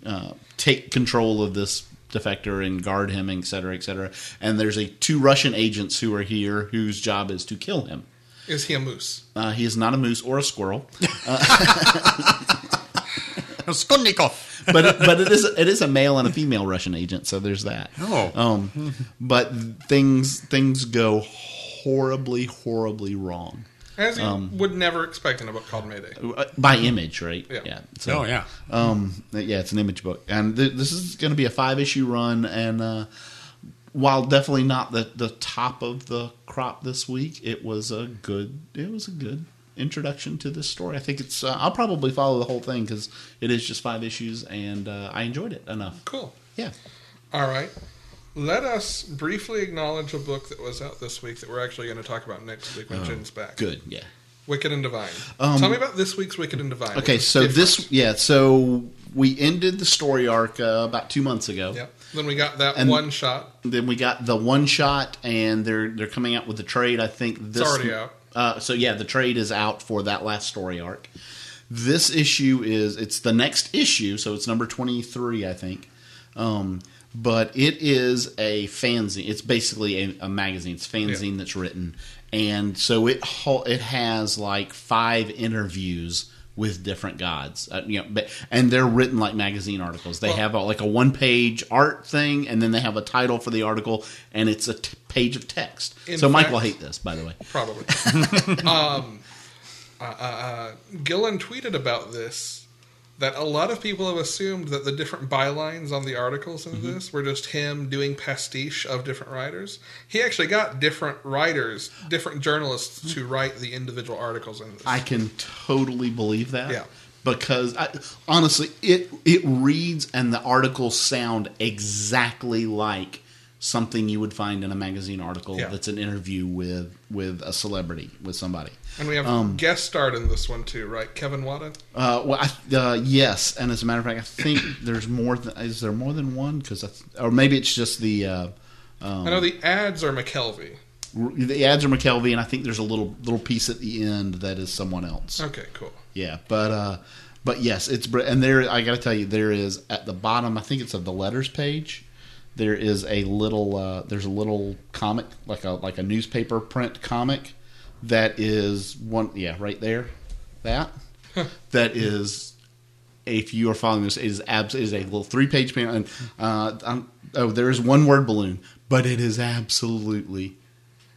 C: uh, take control of this defector and guard him, et cetera, et cetera. And there's a two Russian agents who are here whose job is to kill him.
B: Is he a moose?
C: Uh, he is not a moose or a squirrel,
D: Skunnikov.
C: but it, but it is it is a male and a female Russian agent, so there's that.
D: Oh.
C: Um, but things things go horribly, horribly wrong
B: As you
C: Um,
B: would never expect in a book called Mayday.
C: Uh, by image, right?
B: Yeah.
C: So,
D: Oh, yeah.
C: Um, yeah, it's an image book, and th- this is going to be a five issue run. And uh, while definitely not the the top of the crop this week, it was a good it was a good introduction to this story. I think it's uh, I'll probably follow the whole thing because it is just five issues, and uh, I enjoyed it enough.
B: Cool.
C: Yeah.
B: All right. Let us briefly acknowledge a book that was out this week that we're actually going to talk about next week when Jen's back.
C: Oh, Good, yeah.
B: Wicked and Divine. Tell me about this week's Wicked and Divine.
C: Okay,
B: It was
C: so
B: different.
C: this, yeah, so we ended the story arc uh, about two months ago.
B: Yep. Then we got that
C: And-
B: one shot.
C: Then we got the one shot, and they're they're coming out with the trade. I think this
B: already out.
C: Uh, so yeah, the trade is out for that last story arc. This issue is it's the next issue, so it's number twenty three, I think. Um, but it is a fanzine. It's basically a, a magazine. It's a fanzine that's written, and so it ho- it has like five interviews with different gods. Uh, you know, but, and they're written like magazine articles. They have a, like a one page art thing, and then they have a title for the article, and it's a t- page of text.
B: In
C: so Mike
B: fact-
C: will hate this, by the way.
B: Probably. [laughs] um, uh, uh, uh, Gillen tweeted about this that a lot of people have assumed that the different bylines on the articles in this were just him doing pastiche of different writers. He actually got different writers, different journalists to write the individual articles in this.
C: I can totally believe that.
B: Yeah.
C: Because I, honestly, it it reads and the articles sound exactly like something you would find in a magazine article
B: Yeah.
C: that's an interview with with a celebrity with somebody.
B: and we have guest starred in this one too, right? Kevin Wada.
C: Uh, well, I, uh, yes, and as a matter of fact,
B: [coughs]
C: I think there's more. Th- is there more than one? Because or maybe it's just the. Uh,
B: I know the ads are McKelvey.
C: the ads are McKelvey, and I think there's a little little piece at the end that is someone else.
B: Okay, cool.
C: Yeah, but uh, but yes, it's Br- and there. I got to tell you, there is at the bottom. I think it's of the letters page. There is a little. Uh, there's a little comic, like a like a newspaper print comic, that is one. Yeah, right there. That that is. If you are following this, it is abs it is a little three page panel, and uh, I'm, oh, there is one word balloon, but it is absolutely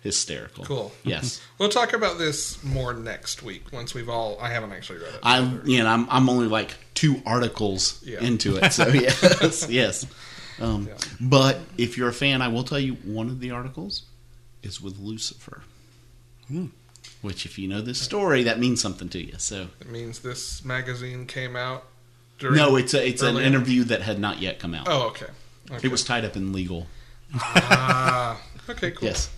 C: hysterical.
B: Cool.
C: Yes.
B: We'll talk about this more next week once we've all. I haven't actually read it.
C: I'm you know I'm, I'm only like two articles
B: Yeah.
C: into
B: [laughs]
C: it, so yes, yes. Um,
B: Yeah.
C: But if you're a fan, I will tell you one of the articles is with Lucifer, which if you know this story, that means something to you. So
B: It means this magazine came out during.
C: no, it's a, it's an
B: early-
C: interview that had not yet come out.
B: Oh, okay. okay.
C: It was tied up in legal.
B: Ah, okay, cool.
C: Yes,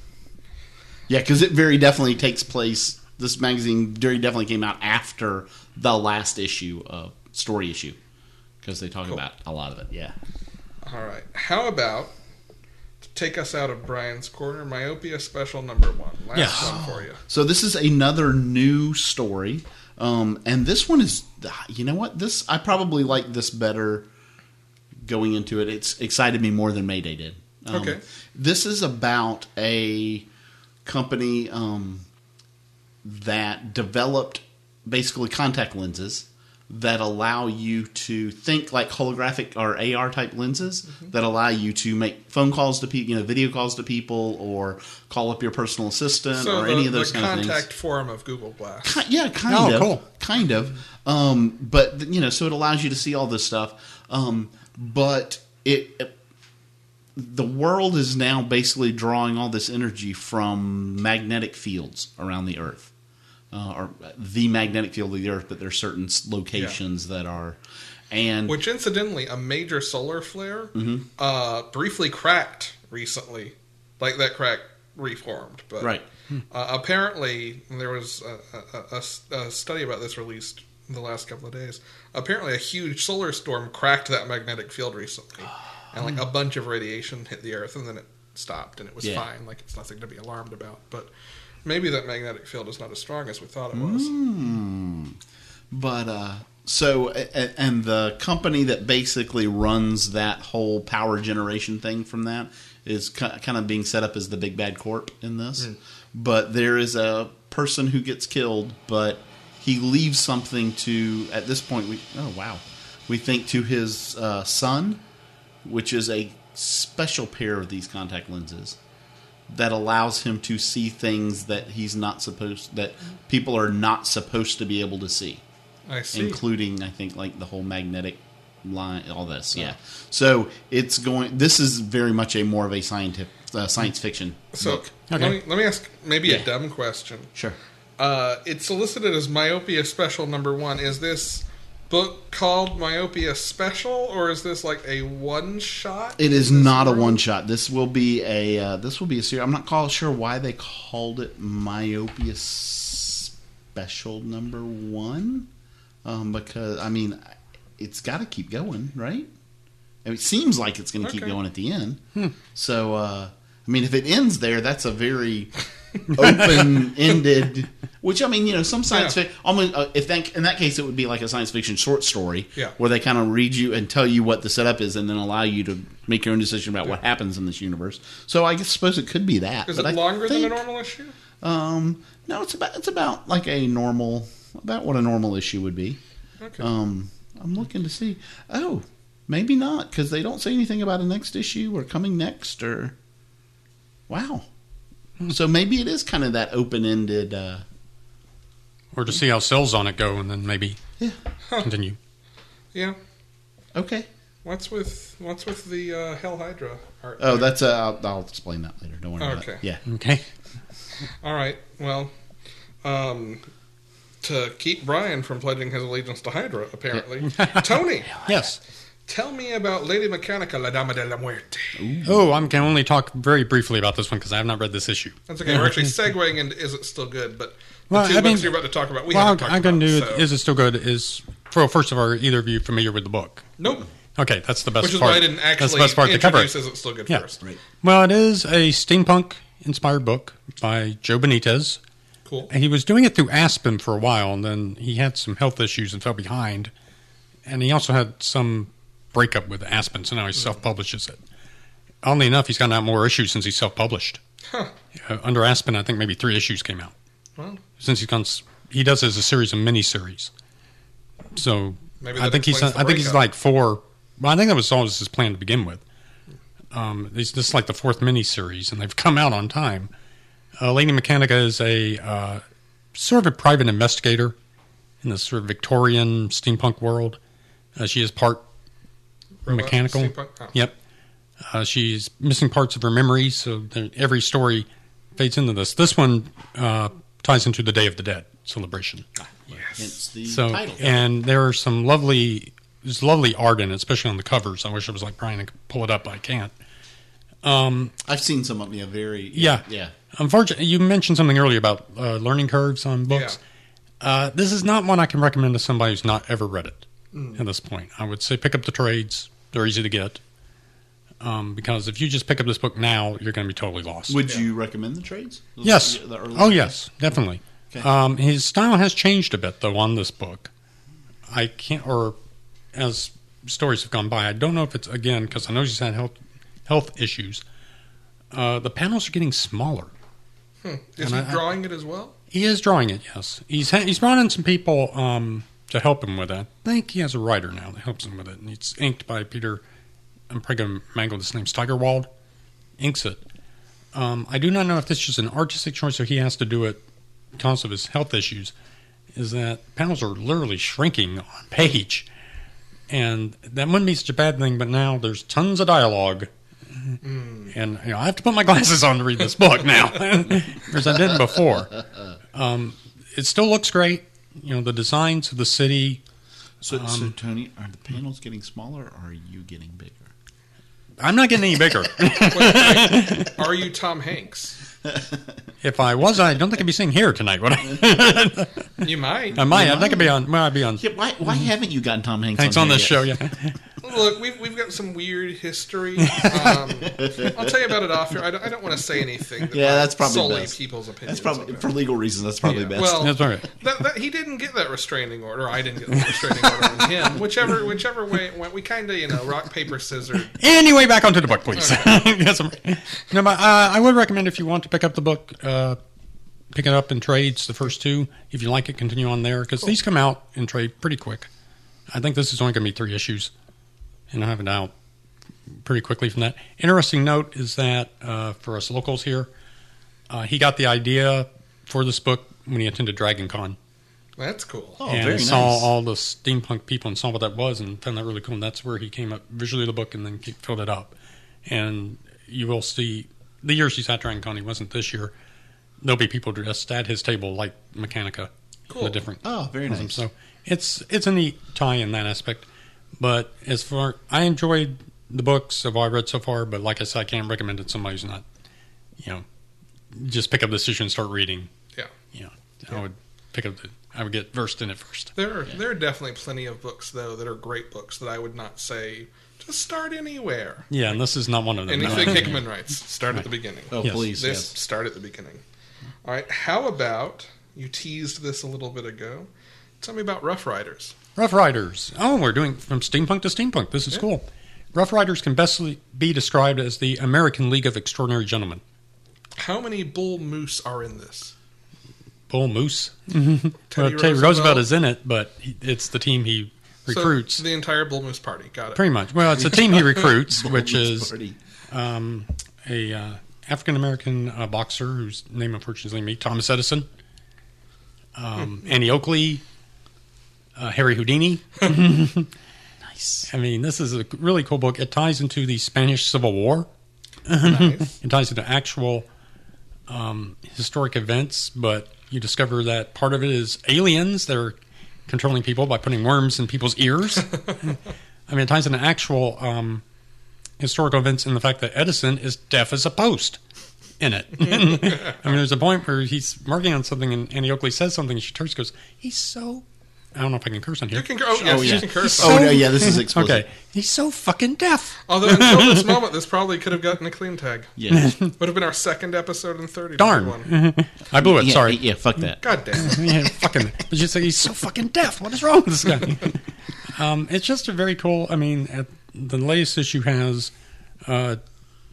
C: yeah, because it very definitely takes place. This magazine very definitely came out after the last issue of story issue because they talk about a lot of it. Yeah.
B: All right. How about to take us out of Brian's corner? Myopia special number one. Last
D: Yes.
B: one for you.
C: So this is another new story, um, and this one is, you know what? This I probably like this better. Going into it, it's excited me more than Mayday did. Um,
B: Okay.
C: this is about a company um, that developed basically contact lenses that allow you to think like holographic or AR type lenses
B: Mm-hmm.
C: that allow you to make phone calls to people, you know, video calls to people, or call up your personal assistant
B: So
C: [sighs] or
B: the,
C: any of those
B: the
C: kind of things.
B: contact form of Google
C: [laughs]
B: Glass.
C: Ki- yeah, kind
D: Oh,
C: of.
D: cool.
C: Kind of. Um, but th- you know, so it allows you to see all this stuff. Um, but it, it- the world is now basically drawing all this energy from magnetic fields around the Earth, uh, or the magnetic field of the Earth. But there's certain s- locations that are, and
B: Which, incidentally, a major solar flare
C: Mm-hmm.
B: uh, briefly cracked recently. Like that crack reformed, but
C: right,
B: Uh, apparently, there was a, a- a- a study about this released in the last couple of days. Apparently, a huge solar storm cracked that magnetic field
C: [gasps]
B: recently, and like a bunch of radiation hit the Earth, and then it stopped, and it was
C: Yeah.
B: fine. Like it's nothing to be alarmed about, but. Maybe that magnetic field is not as strong as we thought it was.
C: Mm. but uh, so a- a- and the company that basically runs that whole power generation thing from that is ki- kind of being set up as the big bad corp in this but there is a person who gets killed but he leaves something to at this point we oh wow we think to his uh, son which is a special pair of these contact lenses that allows him to see things that he's not supposed that people are not supposed to be able to see
B: I see.
C: including I think like the whole magnetic line, all this. Yeah. So it's going. This is very much a more of a scientific uh, science fiction
B: so,
C: book.
B: let, me, let me ask maybe a
C: Yeah.
B: dumb question.
C: Sure.
B: Uh, it's solicited as Myopia Special Number One. Is this book called Myopia Special, or is this like a one shot?
C: It is not a one shot. This will be a uh, this will be a series. I'm not call, sure why they called it myopia special number one, um, because I mean, it's got to keep going, right? I mean, it seems like it's going to keep
B: Okay. Hmm.
C: going at the end. So, uh, I mean, if it ends there, that's a very [laughs] open ended. Which I mean, you know, some science
B: Yeah.
C: fiction. Almost, uh, if that in that case, it would be like a science fiction short story,
B: Yeah.
C: where they kind of read you and tell you what the setup is, and then allow you to make your own decision about what happens in this universe. So I guess, suppose it could be that.
B: Is
C: but
B: it
C: I
B: longer than a
C: think-
B: normal issue?
C: Um, no, it's about it's about like a normal about what a normal issue would be.
B: Okay.
C: Um, I'm looking to see. Oh, maybe not because they don't say anything about a next issue or coming next or. Wow. So maybe it is kind of that open-ended. Uh,
D: Or to see how sales on it go and then maybe
C: Yeah.
D: continue.
B: yeah.
C: okay.
B: What's with what's with the uh, Hell Hydra art?
C: Oh, that's uh, I'll, I'll explain that later. Don't worry about
B: Okay.
C: it. Yeah.
D: Okay.
B: All right. Well, um, to keep Brian from pledging his allegiance to Hydra, apparently. Tony,
D: Yes.
B: tell me about Lady Mechanica, La Dama de la Muerte.
D: Oh, I can only talk very briefly about this one because I have not read this issue.
B: That's okay. We're actually segueing into Is It Still Good? But the
D: Well,
B: two
D: I
B: books
D: mean-
B: you're about to talk about, we
D: well,
B: haven't talked
D: I can
B: about.
D: do
B: so-
D: it. Is it still good? Is well, first of all, are either of you familiar with the book?
B: nope.
D: Okay, that's the best
B: Which is
D: part.
B: why I didn't
D: that's
B: actually
D: the best part to cover.
B: introduce Is It Still Good
D: Yeah.
B: first.
C: Right.
D: Well, it is a steampunk inspired book by Joe Benitez.
B: Cool.
D: And he was doing it through Aspen for a while, and then he had some health issues and fell behind. And he also had some breakup with Aspen, so now he self publishes it. Oddly enough, he's gotten out more issues since he self published.
B: Huh.
D: Uh, under Aspen, I think maybe three issues came out.
B: Wow.
D: Since he's gone, s- he does it as a series of mini series. So
B: Maybe
D: I
B: that
D: think he's I
B: explains the
D: think he's
B: breakup.
D: like four. Well, I think that was always his plan to begin with. Um, he's this is like the fourth miniseries, and they've come out on time. Uh, Lady Mechanica is a uh, sort of a private investigator in this sort of Victorian steampunk world. Uh, she is part
B: Robot,
D: mechanical.
B: steampunk? Oh.
D: Yep. Uh, she's missing parts of her memory, so there- every story fades into this. This one uh, ties into the Day of the Dead celebration.
C: Hence the
D: So,
C: title.
D: and there are some lovely, there's lovely art in it, especially on the covers. I wish it was like Brian could pull it up, but I can't. Um,
C: I've seen some of yeah, very
D: Yeah.
C: yeah.
D: unfortunately, you mentioned something earlier about uh, learning curves on books. Uh, this is not one I can recommend to somebody who's not ever read it
C: Mm.
D: at this point. I would say pick up the trades; they're easy to get. Um, because if you just pick up this book now, you're going to be totally lost.
C: Would you recommend the trades? Those-
D: Yes.
C: the early-
D: oh, yes, definitely.
C: Okay.
D: Um, his style has changed a bit, though, on this book. I can't, or as stories have gone by, I don't know if it's again because I know he's had health health issues. Uh, the panels are getting smaller.
B: Hmm. Is
D: And
B: he
D: I- I-
B: drawing it as well?
D: He is drawing it. Yes, he's ha- he's brought in some people um, to help him with it. I think he has a writer now that helps him with it, and it's inked by Peter. I'm probably going to mangle this name's Tigerwald. Inks it. Um, I do not know if this is an artistic choice or he has to do it because of his health issues. Is that panels are literally shrinking on page, and that wouldn't be such a bad thing. But now there's tons of dialogue. And you know, I have to put my glasses on to read this book now, [laughs] because I didn't before it still looks great. You know, the designs of the city.
C: So,
D: Um,
C: so Tony, are the panels getting smaller? or Are you getting bigger?
D: I'm not getting any bigger.
B: Wait, wait. Are you Tom Hanks?
D: if I was, I don't think I'd be sitting here tonight. Would I? [laughs]
B: You might.
D: I might. I think I'd be on. Well, I'd be on.
C: Yeah, why why haven't you gotten Tom Hanks?
D: Thanks Mm-hmm. on
C: here
D: this
C: yet?
D: show. Yeah.
B: Look, we've, we've got some weird history.
D: [laughs]
B: Um, I'll tell you about it off here. I don't, I don't want to say anything. That
C: [laughs] Yeah,
B: might
C: that's probably
B: sully
C: best.
B: people's opinions.
C: That's probably
B: of it.
C: for legal reasons. That's probably best.
B: Well,
D: That's all right.
B: that, that, he didn't get that restraining order. I didn't get the restraining order on him. Whichever whichever way it went, we kind of you know rock paper scissors.
D: Anyway, back onto the book, please. [laughs] yes, I'm, no, but, uh, I would recommend if you want to pick up the book, uh, pick it up in trades, the first two. If you like it, continue on there because these come out in trade pretty quick. I think this is only going to be three issues, and I have it out pretty quickly from that. Interesting note is that uh, for us locals here, uh, he got the idea for this book when he attended Dragon Con
B: That's cool.
C: oh,
D: and
C: very nice.
D: saw all the steampunk people and saw what that was and found that really cool. And that's where he came up visually the book and then ke- filled it up. And you will see the year she's at Dragon Con, he wasn't this year. There'll be people dressed at his table like Mechanica,
B: Cool.
D: the different
C: oh, very
D: of them.
C: nice.
D: So it's it's a neat tie in that aspect. But as far I enjoyed the books of what I read so far, but like I said, I can't recommend it to somebody who's not, you know, just pick up this issue and start reading.
B: Yeah.
D: You know, I would pick up the I would get versed in it first.
B: There are, there are definitely plenty of books though that are great books that I would not say just start anywhere.
D: Yeah, and this is not one of them. [laughs]
B: Anything
D: No.
B: Hickman writes, start at the beginning.
C: Oh,
D: Yes.
C: please,
B: This
C: yes.
B: start at the beginning. All right. How about you teased this a little bit ago? Tell me about Rough Riders.
D: Rough Riders. Oh, we're doing from steampunk to steampunk. This is cool. Rough Riders can bestly be described as the American League of Extraordinary Gentlemen.
B: How many bull moose are in this?
D: Bull Moose. Well,
B: Teddy
D: Teddy Roosevelt.
B: Roosevelt
D: is in it, but he, it's the team he
B: So,
D: recruits.
B: the entire bull moose party. Got it.
D: Pretty much. Well, it's a
B: [laughs]
D: team he recruits, which
C: Please,
D: is
C: party.
D: um, a uh, African American uh, boxer whose name unfortunately me, Thomas Edison, um,
B: Hmm.
D: Annie Oakley, uh, Harry Houdini.
C: nice.
D: I mean, this is a really cool book. It ties into the Spanish Civil War. [laughs]
B: Nice.
D: It ties into actual um, historic events, but you discover that part of it is aliens that are controlling people by putting worms in people's ears. [laughs] I mean, it ties into actual um, historical events and the fact that Edison is deaf as a post in it. [laughs] I mean, there's a point where he's working on something and Annie Oakley says something and she turns and goes, He's so I don't know if I can curse on here.
B: You can cur- oh, yes,
E: Oh,
B: you
E: yeah.
B: can
D: He's
B: curse.
D: so-
B: on
E: Oh, no, yeah, this is explicit.
D: [laughs] Okay, he's so fucking deaf.
B: Although until this moment, this probably could have gotten a clean tag.
C: Yeah.
D: [laughs]
B: Would have been our second episode in thirty. one.
D: Darn, I blew it.
C: yeah,
D: Sorry.
C: Yeah, fuck that.
B: God damn. it.
D: yeah, [laughs] fucking. But you say he's so fucking deaf. What is wrong with this guy? [laughs] um, it's just a very cool. I mean, at, the latest issue has uh,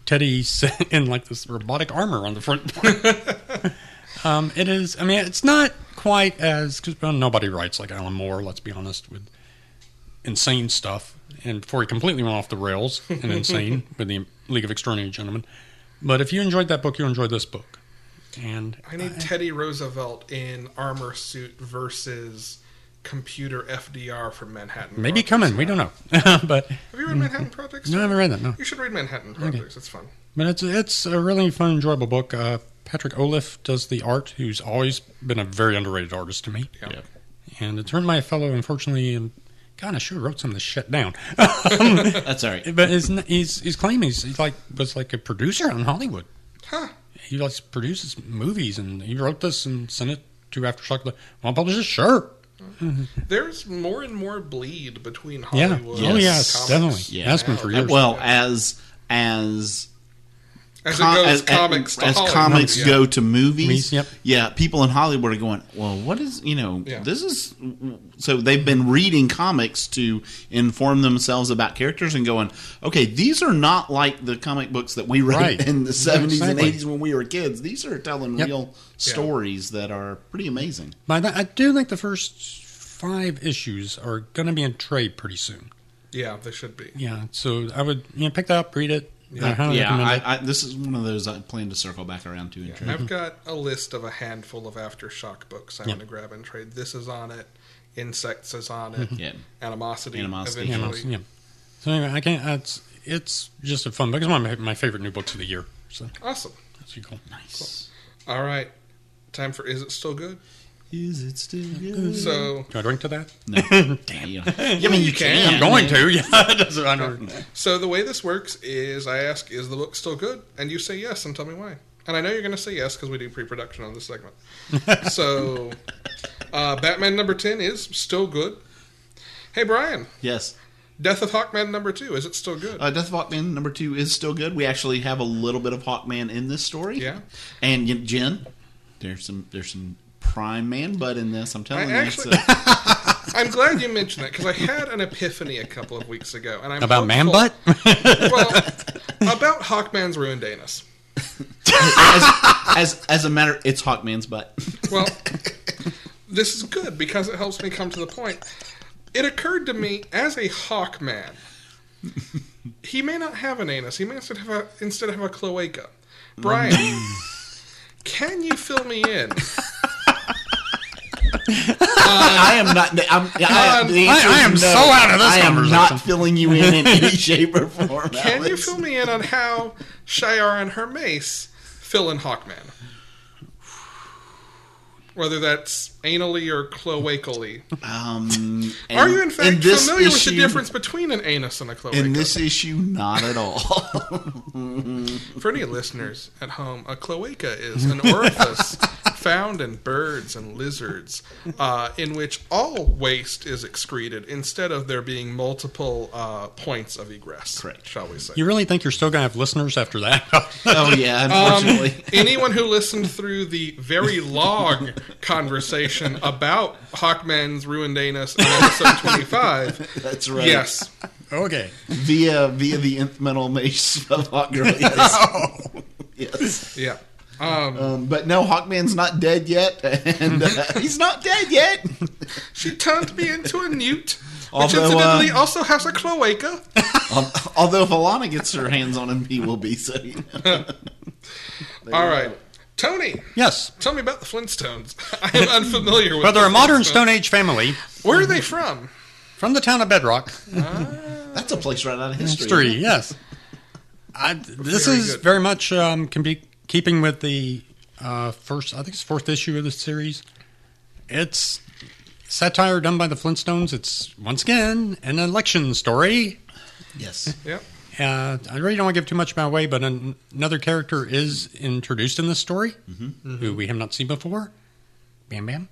D: Teddy [laughs] set in like this robotic armor on the front. [laughs] um, it is. I mean, it's not quite as because well, nobody writes like Alan Moore. Let's be honest with insane stuff. And before he completely went off the rails and [laughs] insane with the League of Extraordinary Gentlemen. But if you enjoyed that book, you enjoyed this book. And
B: I need Teddy Roosevelt in armor suit versus computer FDR from Manhattan.
D: Maybe
B: Projects.
D: coming. We don't know. [laughs] but
B: Have you read Manhattan Projects?
D: no, I haven't read that. No,
B: You should read Manhattan Projects. It's fun.
D: but it's it's a really fun, enjoyable book. Uh, Patrick Olaf does the art, who's always been a very underrated artist to me.
B: Yeah.
C: Yeah.
D: And it's written by a fellow, unfortunately, and God, I should have wrote some of this shit down. [laughs] Um,
C: That's all right.
D: but he's, n- he's he's claiming he's, he's like was like a producer on Hollywood.
B: Huh.
D: He like produces movies, and he wrote this and sent it to Aftershock. like, Want to publish this? Sure.
B: There's more and more bleed between Hollywood.
D: Yeah. Oh
B: and
D: yes,
B: comics
D: definitely.
C: Yeah.
D: That's been
B: now.
D: for years.
C: Well, as as
B: As
C: com-
B: it goes,
C: as-
B: comics to
C: as
B: Hollywood,
C: comics
B: yeah.
C: go to movies.
D: Movies, yep.
C: Yeah, people in Hollywood are going. Well, what is you know
B: Yeah.
C: this is so they've been reading comics to inform themselves about characters and going. Okay, these are not like the comic books that we read
D: Right.
C: in the seventies
D: Exactly.
C: and eighties when we were kids. These are telling
D: Yep.
C: real stories that are pretty amazing.
D: But I I do think the first five issues are going to be in trade pretty soon.
B: Yeah, they should be.
D: Yeah, so I would you know pick that up, read it. I highly
C: Yeah,
D: recommend
C: I, I, this is one of those I plan to circle back around to.
B: Yeah,
C: and
D: Mm-hmm.
B: I've got a list of a handful of aftershock books I want to grab and trade. This is on it. Insects is on
D: Mm-hmm.
B: it.
C: yeah.
B: Animosity.
C: Animosity.
D: it. Yeah,
B: Eventually.
D: most- yeah. So anyway, I can't. It's it's just a fun book. It's one of my, my favorite new books of the year. So
B: Awesome.
D: that's pretty cool.
C: Nice.
B: All right. Time for is it still good?
C: Is it
D: [laughs]
C: still good?
B: So
D: Do I drink to that?
B: [laughs]
C: Damn. Yeah, I mean, you
B: can.
C: can.
B: I'm
D: Going to? [laughs] Yeah, it doesn't. I don't.
B: so the way this works is I ask is the book still good and you say yes and tell me why. And I know you're going to say yes because we do pre-production on this
D: [laughs]
B: segment. so uh, Batman number 10 is still good. Hey Brian,
C: Yes.
B: Death of Hawkman number 2 is it still good?
C: Uh, Death of Hawkman number two is still good. We actually have a little bit of Hawkman in this story.
B: Yeah.
C: And you- Jen, there's some there's some prime man butt in this. I'm telling
B: I
C: you.
B: actually-
C: it's a-
B: I'm glad you mentioned that because I had an epiphany a couple of weeks ago, and I'm
D: About man
B: hopeful-
D: butt?
B: Well, about Hawkman's ruined anus.
C: as as a matter, it's Hawkman's butt. [laughs]
B: Well, this is good because it helps me come to the point. It occurred to me as a Hawkman, he may not have an anus. He may instead have a, instead have a cloaca. Brian, can you fill me in?
C: I am not. I'm, I, the
D: I-
C: answer
D: I
C: is
D: am
C: no.
D: so out of this
C: I am
D: conversation.
C: not filling you in
B: [laughs]
C: in any shape or form.
B: Can you
C: Alex.
B: fill me in on how Shiar and her mace fill in Hawkman? Whether that's anally or cloacally.
C: Um,
B: Are
C: and-
B: you in
C: in
B: fact
C: this
B: familiar with the
C: issue-
B: difference between an anus and a cloaca?
C: In this issue, not at all. [laughs]
B: For any listeners at home, a cloaca is
C: [laughs]
B: an orifice found in birds and lizards uh, in which all waste is excreted instead of there being multiple uh, points of egress.
C: Correct.
B: Shall we say.
D: You really think you're still gonna have listeners after that? [laughs]
C: oh yeah, unfortunately.
B: [laughs]
C: [laughs]
B: Um, anyone who listened through the very long conversation about Hawkman's ruined anus in episode 25,
C: That's right.
B: yes,
D: okay.
C: Via via the nth metal mace of Hawkman.
D: [laughs]
C: Yes. yes.
B: yeah. Um,
C: Um, but no, Hawkman's not dead yet, [laughs] and uh,
D: [laughs]
C: he's not dead yet.
B: she turned me into a newt, which
C: Although,
B: incidentally
C: uh,
B: also has a cloaca.
C: Um, although if Alana gets her hands on him, he will be. So you know.
B: All right, Tony,
D: Yes.
B: tell me about the Flintstones. [laughs] I am unfamiliar with.
D: Well, they're
B: the
D: a modern
B: Flintstones.
D: Stone Age family
B: Where are they from?
D: from the town of Bedrock.
C: that's a place right out of history.
D: history. Yes, I, this
B: Very
D: is
B: good.
D: very much um, can be keeping with the uh, first. I think it's fourth issue of the series. It's satire done by the Flintstones. It's once again an election story.
C: Yes.
B: Yep.
D: Uh, I really don't want to give too much of my away, but an- another
B: Mm-hmm.
D: character is introduced in this story who we have not seen before. Bam Bam.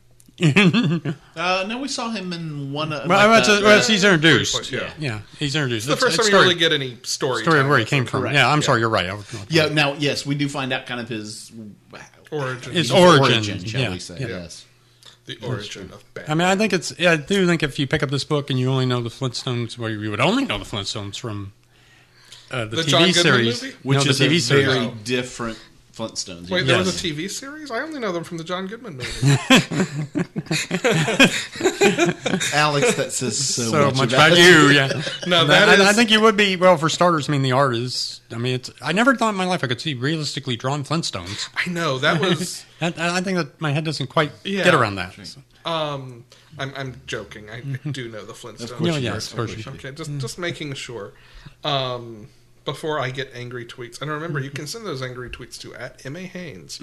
C: Uh, no, we saw him in one. of
D: Well,
C: like uh,
D: that's,
C: that-
D: well, he's introduced.
B: uh, Yeah.
D: yeah, he's introduced.
B: the first time you really get any story.
D: story of
B: time.
D: where he came from.
C: Correct.
D: Yeah, I'm sorry, you're right. I was-
C: yeah. Now, yes, we do find out kind of his
B: Origin.
D: His
C: origin,
D: origin,
C: shall
D: yeah,
C: we say?
D: yeah.
C: Yes.
B: the origin of Batman.
D: I mean, I think it's. Yeah, I do think if you pick up this book and you only know the Flintstones, well, you would only know the Flintstones from uh, the,
B: The
D: TV
B: John Goodman
D: series,
B: movie?
D: No,
C: Which
D: the
C: is
D: TV
C: a
D: series.
C: very
B: No.
C: different Flintstones.
B: Wait, there
D: Yes.
B: was a TV series. I only know them from the John Goodman
D: [laughs]
B: movie.
C: Alex, that says so,
D: so
C: much,
D: much
C: about
D: about you. Yeah,
B: No,
D: And
B: that
D: I,
B: is-
D: I think you would be well for starters. I mean, the art is. I mean, it's. I never thought in my life I could see realistically drawn Flintstones.
B: I know that was.
D: I, I think that my head doesn't quite
B: Yeah.
D: get around that.
B: Um, I'm, I'm joking. I do know the Flintstones.
D: course you Yeah, do. yes, Mm-hmm. of course you Mm. do.
B: Okay, just just making sure. Um, before I get angry tweets, and remember, you can send those angry tweets to at ma
D: [laughs]
B: haynes.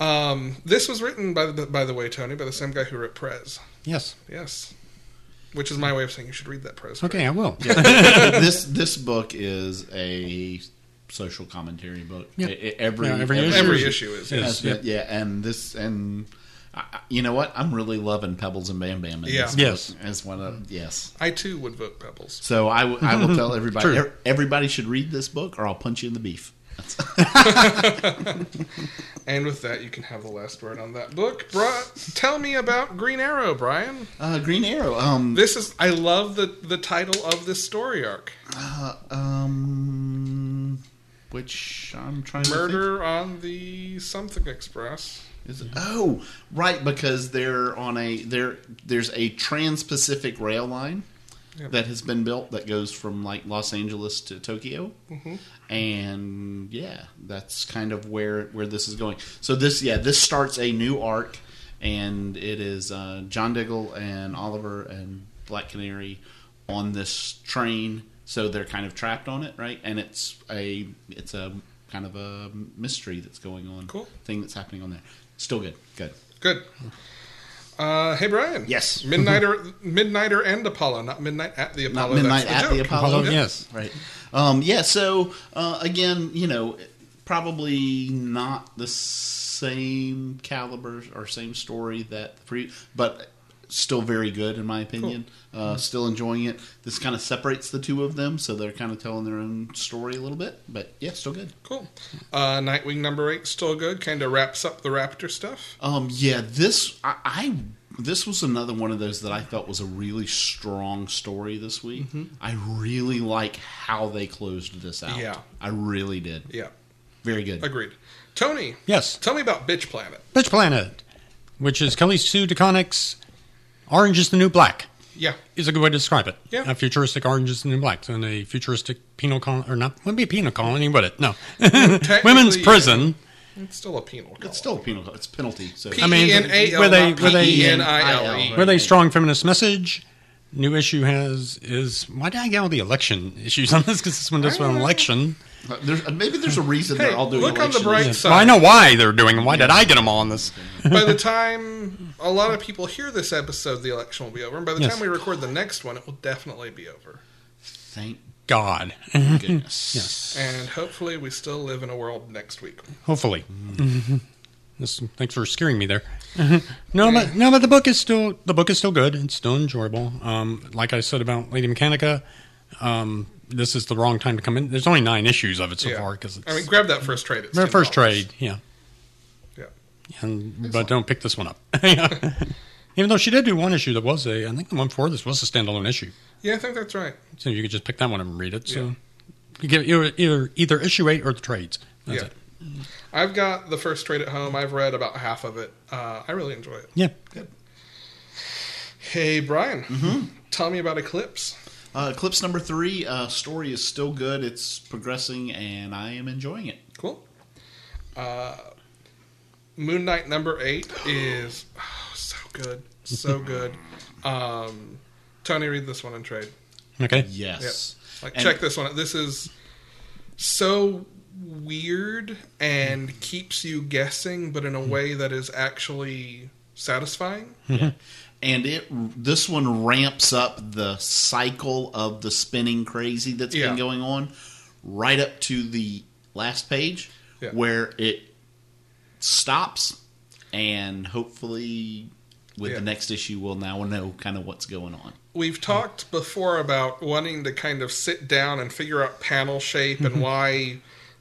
B: um, this was written by the by the way, Tony, by the same guy who wrote Prez.
D: Yes.
B: Yes, which is my way of saying you should read that Prez.
D: Okay, I will. [laughs]
C: this this book is a social commentary book.
D: Yeah.
C: E- e- every,
D: Yeah, every issue.
B: every issue is.
D: Yes.
C: has been- yeah, and this and I, I- you know what? I'm really loving Pebbles and Bam Bam. In
B: Yeah.
C: this book.
D: Yes.
C: as one of yes.
B: I too would vote Pebbles.
C: So I, w- I will tell everybody
D: True.
C: er- everybody should read this book, or I'll punch you in the beef. [laughs] That's-
B: And with that, you can have the last word on that book. Bri- tell me about Green Arrow, Brian.
C: uh, Green Arrow. Um,
B: This is I love the the title of this story arc:
C: uh, um, which I'm trying to think.
B: Murder on the Something Express.
C: Is it- oh, right, because they're on a there. There's a Trans-Pacific rail line
B: Yep.
C: that has been built that goes from like Los Angeles to Tokyo, and yeah, that's kind of where where this is going. So this yeah, this starts a new arc, and it is uh, John Diggle and Oliver and Black Canary on this train. So they're kind of trapped on it, right? And it's a it's a kind of a mystery that's going on
B: Cool.
C: thing that's happening on there. Still good. Good.
B: Good. Uh, hey Brian.
C: Yes. [laughs]
B: Midnighter, Midnighter, and Apollo. Not midnight at the Apollo.
C: Not midnight
B: that's
C: at
B: the
C: the
B: joke.
D: [laughs]
C: Apollo.
D: Apollo, yes.
C: Right. Um, yeah. So uh, again, you know, probably not the same caliber or same story that the pre, but still very good in my opinion. Uh, still enjoying it. This kind of separates the two of them, so they're kind of telling their own story a little bit. But yeah, still good.
B: Cool. Uh, Nightwing number eight still good. Kind of wraps up the Raptor stuff.
C: Um, yeah, this I, I this was another one of those that I felt was a really strong story this week. I really like how they closed this out.
B: Yeah.
C: I really did.
B: Yeah.
C: Very good.
B: Agreed. Tony,
D: Yes.
B: tell me about Bitch Planet.
D: Bitch Planet, which is Kelly Sue DeConnick's Orange is the New Black,
B: Yeah.
D: is a good way to describe it.
B: Yeah.
D: A futuristic Orange is the New Black, and a futuristic penal colony, or not, wouldn't be a penal colony, would it? No. [laughs] Women's
B: Technically,
D: prison.
B: It's still a penal. Colony.
C: It's still a penal. It's penalty. So
B: P
D: I mean,
B: E N A L.
D: were they-
B: not
D: were they-
B: P-E-N-I-L-E.
C: Right.
D: With a strong feminist message. New issue has is why did I get all the election issues on this? Because this one does with an election.
C: Uh, there's, uh, maybe there's a reason
B: Hey,
C: they're all doing.
B: look on the
C: elections.
B: bright
D: Well, I
B: side.
D: know why they're doing them. Why did I get them all on this?
B: by the time a lot of people hear this episode, the election will be over. And by the
D: Yes.
B: time we record the next one, it will definitely be over.
C: Thank
D: God,
C: goodness. yes.
B: And hopefully, we still live in a world next week.
D: hopefully.
B: Mm-hmm.
D: This, thanks for scaring me there. no, but no, but the book is still the book is still good. It's still enjoyable. Um, like I said about Lady Mechanica, um, this is the wrong time to come in. There's only nine issues of it so
B: Yeah.
D: far because it's
B: I mean, grab that first trade. It's
D: their first
B: $10.
D: trade. Yeah,
B: Yeah.
D: and but don't pick this one up. [laughs] Even though she did do one issue that was a, I think the one before this was a standalone issue,
B: Yeah, I think that's right.
D: so you could just pick that one up and read it. So
B: Yeah.
D: you get either, either either issue eight or the trades. That's
B: Yeah.
D: it.
B: I've got the first trade at home. I've read about half of it. Uh, I really enjoy it.
D: Yeah.
B: Hey, Brian,
D: Mm-hmm.
B: tell me about Eclipse.
C: Uh, Eclipse number three uh, story is still good. It's progressing, and I am enjoying it.
B: Cool. Uh, Moon Knight number eight is oh, so good. So good. Um, Tony, read this one in trade.
D: Okay.
C: Yes.
B: Like,
C: And-
B: check this one. out. This is so weird and keeps you guessing, but in a way that is actually satisfying.
C: and it this one ramps up the cycle of the spinning crazy that's
B: Yeah.
C: been going on right up to the last page
B: Yeah.
C: where it stops and hopefully with
B: Yeah.
C: the next issue we'll now know kind of what's going on.
B: We've talked before about wanting to kind of sit down and figure out panel shape and why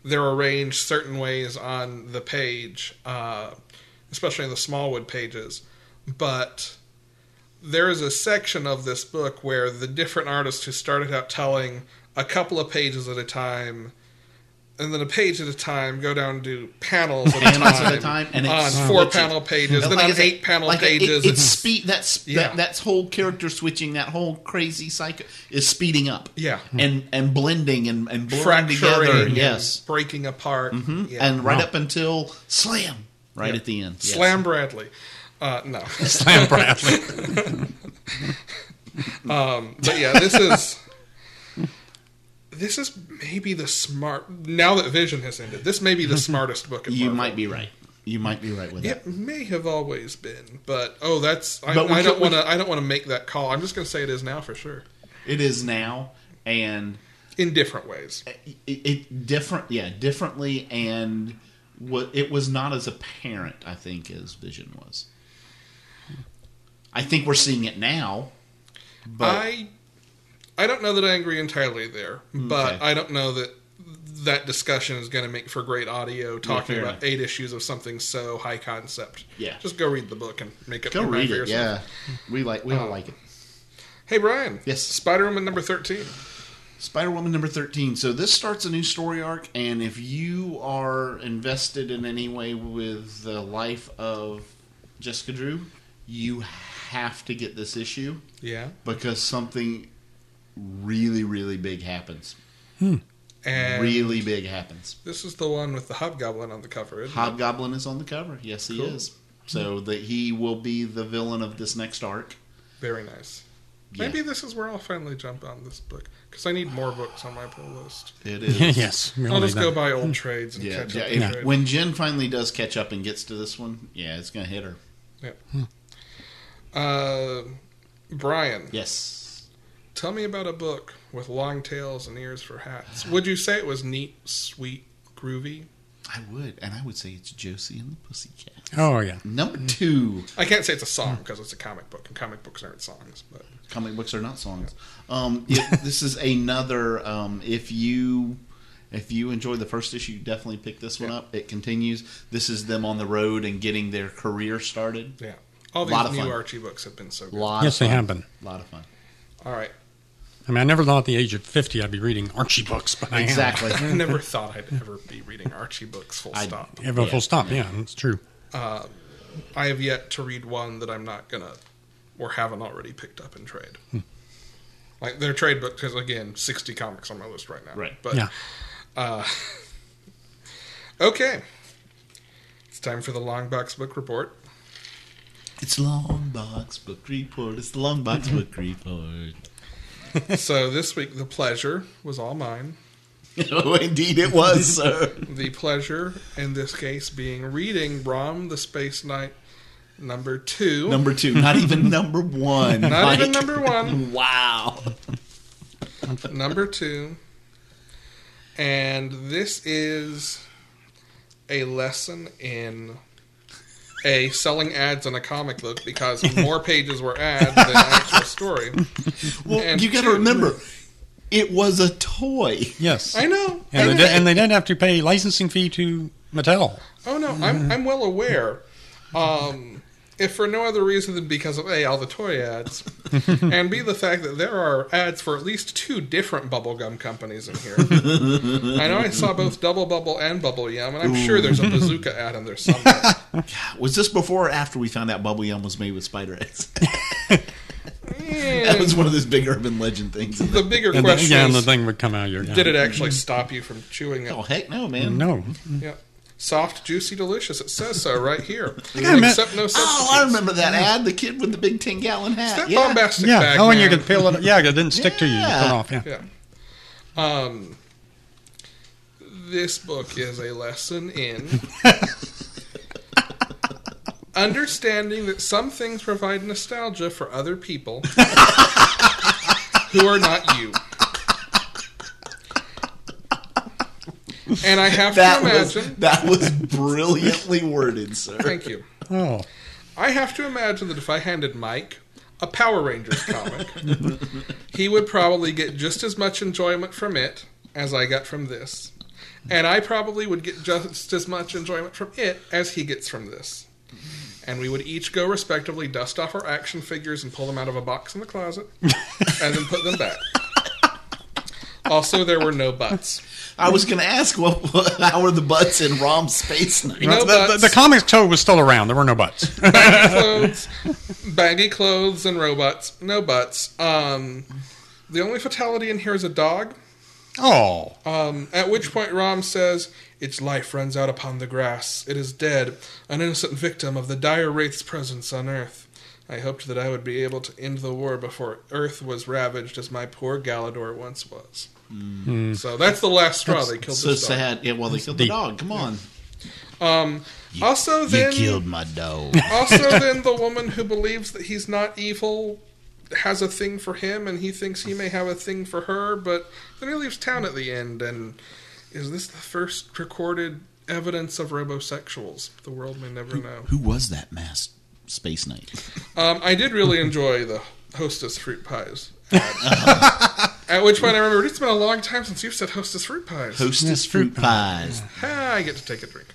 B: they're arranged certain ways on the page, uh, especially in the Smallwood pages. But there is a section of this book where the different artists who started out telling a couple of pages at a time and then a page at a time go down to panels at a time,
C: Panels at a time, and it
B: on
C: splits
B: four
C: it.
B: panel pages, then
C: Like I
B: on
C: said,
B: eight panel
C: like it-
B: pages.
C: it- it's
B: it's-
C: speed. That's
B: Yeah.
C: that, that's whole character switching. That whole crazy cycle is speeding up.
B: Yeah.
C: and and blending and and blurring
B: fracturing,
C: together.
B: and
C: Yes,
B: breaking apart, Yeah.
C: and right
D: Wow.
C: up until slam, right
B: Yeah.
C: at the end. Yes.
B: Slam Bradley. Uh,
C: [laughs]
B: no,
D: Slam Bradley.
B: [laughs] Um, but yeah, this is this is maybe the smart. Now that Vision has ended, this may
C: [laughs]
B: be the smartest book. In
C: You
B: Marvel.
C: might be right. You might be right with that.
B: It may have always been, but oh, that's I,
C: But we
B: I
C: could-
B: don't
C: we-
B: want to. I don't want to make that call. I'm just going to say it is now for sure,
C: It is now, and
B: in different ways.
C: it, it different. Yeah, differently, and what it was not as apparent. I think as Vision was. I think we're seeing it now, but
B: I I don't know that I agree entirely there, but
C: Hmm, Okay.
B: I don't know that that discussion is going to make for great audio talking
C: fair
B: about
C: enough.
B: eight issues of something so high concept.
C: Yeah.
B: Just go read the book and make up
C: Go
B: your mind
C: read
B: for
C: it.
B: yourself.
C: Yeah, we like we
B: Uh,
C: all like it.
B: Hey Brian.
C: Yes.
B: Spider Woman number thirteen.
C: Spider Woman number thirteen. So this starts a new story arc, and if you are invested in any way with the life of Jessica Drew, you have to get this issue
B: Yeah.
C: because something really, really big happens.
B: And
C: Really big happens.
B: this is the one with the hobgoblin on the cover. Isn't it?
C: Hobgoblin is on the cover. Yes, he
B: Cool.
C: is. So that he will be the villain of this next arc.
B: Very nice.
C: Yeah.
B: Maybe this is where I'll finally jump on this book because I need more books on my pull list.
C: It is.
D: [laughs] yes. we all
B: I'll
D: need
B: just
D: that.
B: go buy old trades and
C: Yeah,
B: catch
C: yeah,
B: up.
C: if-
B: with trades.
C: when Jen finally does catch up and gets to this one, yeah, it's gonna hit her.
B: Uh, Brian,
C: Yes,
B: Tell me about a book with long tails and ears for hats. Would you say it was neat, sweet, groovy?
C: I would, and I would say it's Josie and the Pussycat.
D: Oh, yeah.
C: Number two,
B: I can't say it's a
C: Hmm.
B: song because it's a comic book, and comic books aren't songs. But
C: comic books are not songs. Um, yeah, this is another. Um, if you if you enjoyed the first issue, definitely pick this one up. It continues. This is them on the road and getting their career started.
B: yeah, all these
C: Lot of
B: new
C: fun.
B: Archie books have been so good.
C: Lot
D: Yes,
C: of
D: they
C: fun.
D: have been.
C: Lot of fun.
B: All right,
D: I mean, I never thought at the age of 50 I'd be reading Archie books, but I am. [laughs]
C: Exactly.
B: I [laughs] never thought I'd ever be reading Archie books. Full
C: I-
B: stop.
D: Yeah, but full stop. Yeah, that's true.
B: I have yet to read one that I'm not gonna or haven't already picked up in trade.
C: Hmm.
B: Like their trade book has again 60 comics on my list right now.
C: Right.
B: But
D: Yeah.
B: okay, it's time for the long box book report.
C: It's long box book report. It's the long
D: [laughs]
C: box book report. [laughs]
B: So this week the pleasure was all mine.
C: oh, indeed, it was, sir.
B: The pleasure in this case being reading Rom the Space Knight number two.
C: [laughs] Number two, not even number one.
B: Not
C: Mike.
B: even number one,
C: [laughs] Wow.
B: number two. And this is a lesson in a selling ads in a comic book because
D: [laughs]
B: more pages were ads than actual story.
C: Well,
B: And
C: you got to
B: two-
C: remember, it was a toy.
D: Yes.
B: I know.
D: and,
B: I
D: they
B: know.
D: did, and they didn't have to pay licensing fee to Mattel.
B: Oh no, I'm I'm well aware. Um, if for no other reason than because of a all the toy
D: [laughs]
B: ads, and b the fact that there are ads for at least two different bubblegum companies in
D: [laughs]
B: here. I know I saw both Double Bubble and Bubble Yum, and I'm sure there's a bazooka ad in there somewhere.
D: [laughs]
C: Was this before or after we found out Bubble Yum was made with
B: [laughs]
C: spider eggs? that was one of those big urban legend things.
B: the bigger
D: And the,
B: question
D: yeah, and the
B: is,
D: thing would come out of your.
B: did it actually stop you from chewing it?
C: Oh heck no, man!
D: No.
B: Yeah. Soft, juicy, delicious. It says so right here.
D: gotta admit-
B: Except no
C: Oh,
B: substitutes.
C: I remember that ad—the kid with the big ten-gallon
B: Is
C: hat.
B: that
C: yeah.
B: bombastic
D: Yeah.
B: bag
D: Oh, and you
B: man?
D: could peel it. Yeah, it didn't stick to you. You
C: Yeah.
D: cut off. Yeah.
B: Yeah. Um, this book is a lesson in understanding that some things provide nostalgia for other people who are not you. And I have
C: That
B: to
C: was
B: imagine.
C: that was brilliantly worded, sir.
B: [laughs] Thank you.
D: Oh,
B: I have to imagine that if I handed Mike a Power Rangers comic, he would probably get just as much enjoyment from it as I got from this. And I probably would get just as much enjoyment from it as he gets from this. And we would each go respectively dust off our action figures and pull them out of a box in the closet and then put them back. Also, there were no butts.
C: I was going to ask what, what [laughs] how were the butts in Rom's space night?
B: No
D: the, the,
B: butts.
D: the comic code was still around. There were no butts.
B: baggy clothes, baggy clothes and robots, no butts. Um, the only fatality in here is a dog.
D: [laughs] oh,
B: Um, at which point Rom says, "Its life runs out upon the grass. It is dead, an innocent victim of the dire wraith's presence on Earth. I hoped that I would be able to end the war before Earth was ravaged, as my poor Galador once was." So that's the last straw. they killed
C: Hmm. So
B: the dog.
C: sad. Yeah, well, they killed the dog. Come on.
B: Um, also, then
C: my dog.
B: also then the woman who believes that he's not evil has a thing for him and he thinks he may have a thing for her but then he leaves town at the end and is this the first recorded evidence of robosexuals the world may never know
C: [laughs] Who was that masked space knight?
B: um, i did really enjoy the hostess fruit pies at which point i remembered it's been a long time since you've said hostess fruit pies
C: Hostess fruit pies.
B: ah, i get to take a drink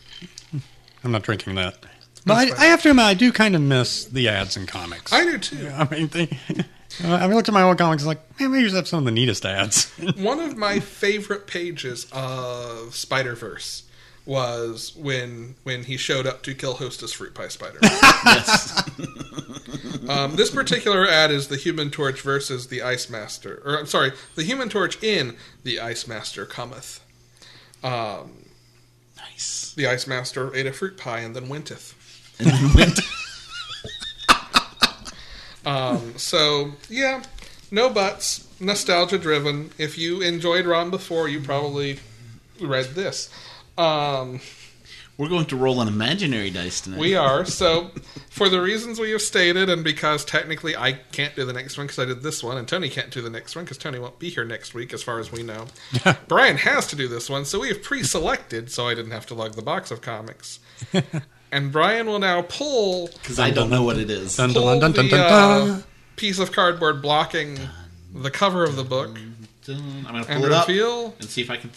D: I'm not drinking that. But I, I have to admit, I do kind of miss the ads in comics.
B: i do too
D: [laughs] I mean, they, I mean, I looked at my old comics, like, man, we used to have some of the neatest ads. [laughs]
B: one of my favorite pages of Spider Verse was when when he showed up to kill Hostess Fruit Pie Spider.
C: [laughs] Yes.
B: Um, this particular ad is the Human Torch versus the Ice Master, or I'm sorry, the Human Torch in the Ice Master cometh. Um,
C: nice.
B: the Ice Master ate a fruit pie and then wenteth.
C: And then went.
B: Um, so yeah, no buts, nostalgia driven. If you enjoyed Rom before, you probably read this. Um,
C: We're going to roll an imaginary dice tonight.
B: We are. So, for the reasons we have stated, and because technically I can't do the next one because I did this one, and Tony can't do the next one because Tony won't be here next week, as far as we know. Brian has to do this one, so we have pre selected, so I didn't have to lug the box of comics. and Brian will now pull,
C: Because I don't know what it is.
D: Dun,
B: pull
D: dun, dun, dun,
B: the
D: dun,
B: uh,
D: dun.
B: piece of cardboard blocking the cover of the book
C: Dun. I'm going to
B: and
C: pull it up
B: reveal
C: and see if I can.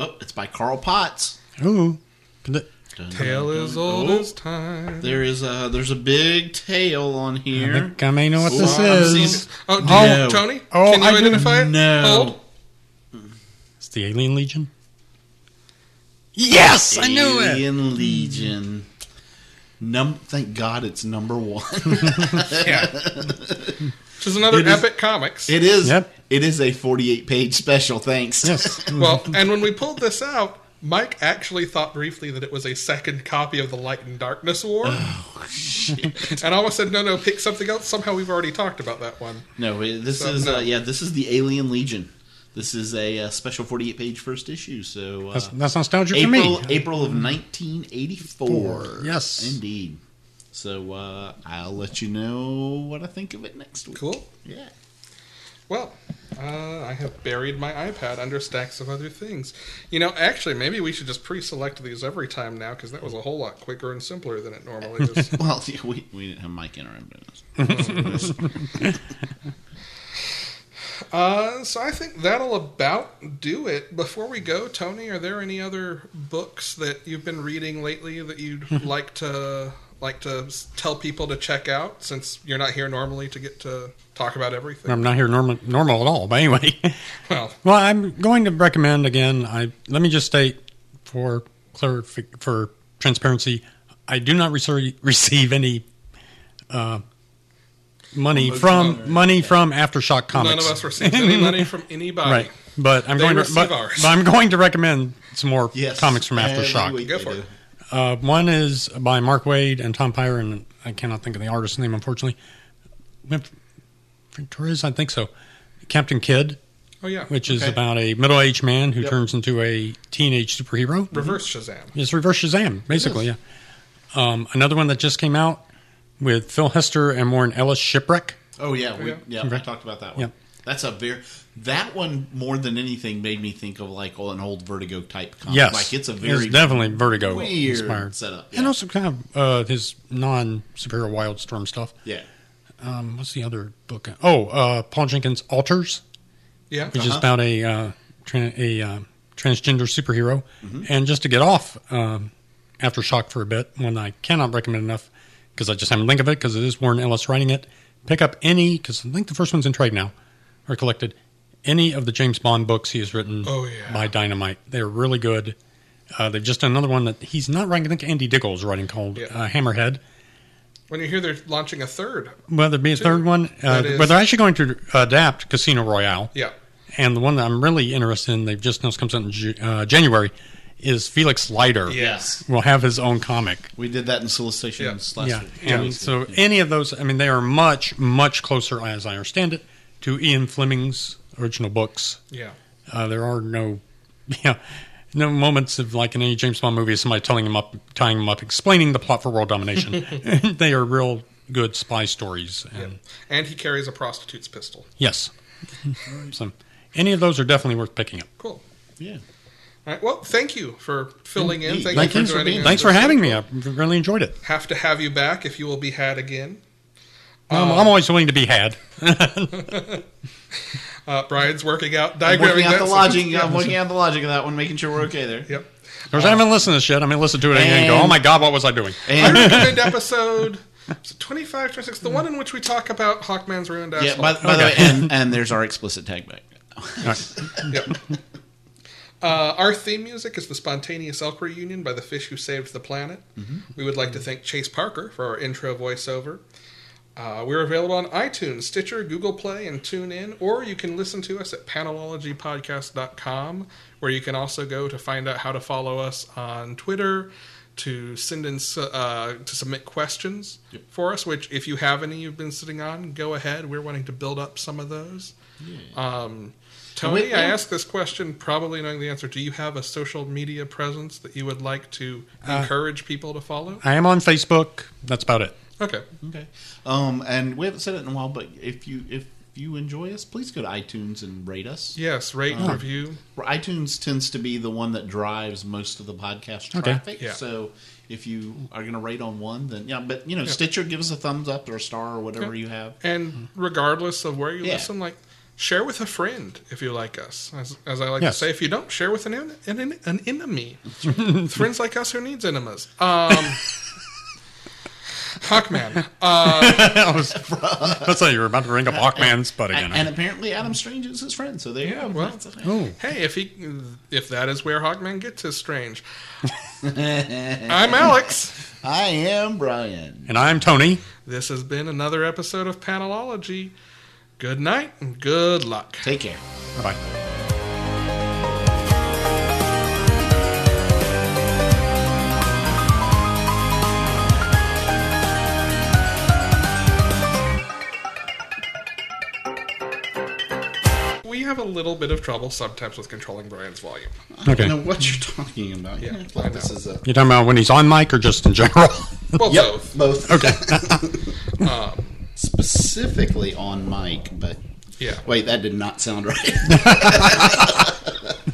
C: Oh, it's by Carl Potts.
D: Ooh. Could it-
C: Dun,
B: Tale
C: dun, dun.
B: as old
C: Oh,
B: as time.
C: There is a there's a big tail on
D: I
C: here.
D: think I may know what
C: Ooh,
D: this
C: I'm
D: is.
C: seeing-
B: Oh, do
D: Oh,
B: you, Tony?
D: oh,
B: can you
D: I do-
B: identify it?
C: no.
B: Hold.
D: It's the Alien Legion. Yes, Oh, I knew it.
C: Alien Legion. Num- thank God it's number one. [laughs]
B: Which is another
C: It is-
B: epic comics.
C: it is.
D: Yep.
C: It is a 48 page special. Thanks.
D: Yes.
B: Well, and when we pulled this out, Mike actually thought briefly that it was a second copy of the Light and Darkness War.
C: Oh,
B: and almost said, no, no, pick something else. Somehow we've already talked about that one.
C: [laughs] No, it- this
B: So,
C: is
B: no.
C: uh, yeah. This is the Alien Legion. This is a, uh special 48 page first issue. So uh,
D: That's, that's nostalgia for
C: April
D: me.
C: April of 1984.
D: Yes.
C: indeed. So uh, I'll let you know what I think of it next week.
B: Cool.
C: Yeah. [laughs]
B: Well, uh, I have buried my iPad under stacks of other things. You know, actually, maybe we should just pre select these every time now because that was a whole lot quicker and simpler than it normally
C: [laughs]
B: is.
C: Well, yeah, we, we didn't have Mike in our evidence.
D: [laughs]
B: Uh, so I think that'll about do it. Before we go, Tony, are there any other books that you've been reading lately that you'd
D: Hmm.
B: like to like to s- tell people to check out? Since you're not here normally to get to talk about everything.
D: I'm not here normal, normal at all, but anyway. [laughs]
B: Well,
D: Well, I'm going to recommend again. I let me just state for clar- for transparency, I do not receive receive any uh, money from money from AfterShock Comics.
B: none of us received any money
D: [laughs]
B: from anybody.
D: right? But I'm
B: They
D: going to
B: receive
D: but,
B: ours.
D: but I'm going to recommend some more
C: Yes.
D: comics from
C: Every
D: AfterShock.
C: week
B: Go
C: they
B: for
C: do.
B: it.
D: Uh, one is by Mark Wade and Tom Pyre, and I cannot think of the artist's name unfortunately. Wimp- Torres, I think so. Captain Kidd
B: Oh yeah,
D: which is
C: Okay.
D: about a middle-aged man who
B: Yep.
D: turns into a teenage superhero.
B: reverse Shazam.
D: It's reverse Shazam, basically. Yeah. Um, another one that just came out with Phil Hester and Warren Ellis, Shipwreck.
C: Oh yeah, we,
B: Yeah.
C: yeah. I talked about that one.
D: Yep.
C: That's a very that one more than anything made me think of like oh, an old Vertigo type comic.
D: Yes,
C: Oh, like it's a very
D: definitely Vertigo
C: weird
D: inspired.
C: setup.
D: And
C: Yeah,
D: also kind of uh, his non superhero Wildstorm stuff.
C: yeah.
D: Um, what's the other book? Oh, uh, Paul Jenkins' Alters,
B: Yeah.
D: which is about a uh, tran a uh, transgender superhero.
B: Mm-hmm.
D: And just to get off um, Aftershock for a bit, one I cannot recommend enough because I just haven't linked of it because it is Warren Ellis writing it. Pick up any because I think the first one's in trade now or collected. Any of the James Bond books he has written
B: Oh, yeah.
D: by Dynamite, they're really good. Uh, they've just done another one that he's not writing. I think Andy Diggle is writing called
B: Yeah.
D: uh, Hammerhead.
B: When you hear they're launching a third,
D: Well, there'd be a third one. Uh,
B: That is-
D: but they're actually going to adapt Casino Royale.
B: yeah,
D: And the one that I'm really interested in, they've just announced comes out in Ju- uh, January, is Felix Leiter
B: yes,
D: will have his own comic.
C: We did that in solicitations last
D: yeah.
C: week.
D: And
C: Last
D: so
C: week.
D: any of those, I mean, they are much, much closer, as I understand it, to Ian Fleming's original books.
B: yeah,
D: Uh, there are no, [laughs] yeah, no moments of like in any James Bond movie, somebody telling him up, tying him up, explaining the plot for
B: [laughs]
D: world domination. [laughs] they are real good spy stories. And
B: and he carries a prostitute's pistol.
D: Yes. so any of those are definitely worth picking up.
B: Cool.
C: Yeah.
B: All right. Well, thank you for filling in. Thank,
D: Thank
B: you
D: you.
B: for joining us.
D: Thanks for having me. I really enjoyed it.
B: Have to have you back if you will be had again.
C: Uh,
D: Um, I'm always willing to be had.
B: Uh, Brian's working out,
C: I'm
B: diagramming
C: working
B: that
C: out the
B: sentence.
C: logic. I'm working out the logic of that one, making sure we're okay there.
B: Yep.
D: Of course, I haven't listened to this yet. I'm going to listen to it again and go,
C: And-
D: oh my God, what was I doing?
B: I
C: And
B: recommend episode is it 25, 26, the one in which we talk about Hawkman's ruined
C: yeah,
B: asshole.
C: by, by the way,
D: Okay.
C: and, and there's our explicit tag back.
B: Yep. Uh, our theme music is the Spontaneous Elk Reunion by The Fish Who Saved the Planet.
C: Mm-hmm.
B: We would like to thank Chase Parker for our intro voiceover. Uh, we're available on iTunes, Stitcher, Google Play, and TuneIn, or you can listen to us at panelologypodcast.com, where you can also go to find out how to follow us on Twitter, to send in su- uh, to submit questions for us. Which, if you have any you've been sitting on, go ahead. We're wanting to build up some of those. Um, Tony,
C: Wait,
B: I
C: yeah.
B: asked this question probably knowing the answer. Do you have a social media presence that you would like to encourage people to follow?
D: I am on Facebook. That's about it. [laughs]
B: Okay.
C: Okay. Um, and we haven't said it in a while, but if you if you enjoy us, please go to iTunes and rate us.
B: Yes, rate, review.
C: Where iTunes tends to be the one that drives most of the podcast
D: Okay.
C: traffic.
B: Yeah.
C: So if you are going to rate on one, then yeah. But you know, Stitcher, give us a thumbs up or a star or whatever
B: Yeah.
C: you have.
B: And regardless of where you
C: Yeah.
B: listen, like share with a friend if you like us. As, as I like
D: Yes.
B: to say, if you don't, share with an en- an, en- an enemy. [laughs] Friends like us who needs enemas. Um, Hawkman. Uh,
D: I was, that's how you were about to ring up Hawkman's butt again.
C: And, and apparently, Adam Strange is his friend. So there you
B: Yeah,
C: go.
B: well.
C: That's it.
D: oh,
B: hey, if he if that is where Hawkman gets his strange. I'm Alex.
C: I am Brian.
D: and I'm Tony.
B: This has been another episode of Panelology. Good night and good luck.
C: Take care.
D: Bye.
B: We have a little bit of trouble sometimes with controlling Brian's volume.
D: Okay.
C: I don't know what you're talking about.
B: Yeah,
C: Like,
B: I
C: this
B: know.
C: is a
D: You're talking about when he's on mic or just in general? [laughs]
B: Well, both.
C: both [laughs]
D: okay.
B: Um,
C: specifically on mic, but
B: Yeah.
C: [laughs] wait, that did not sound right.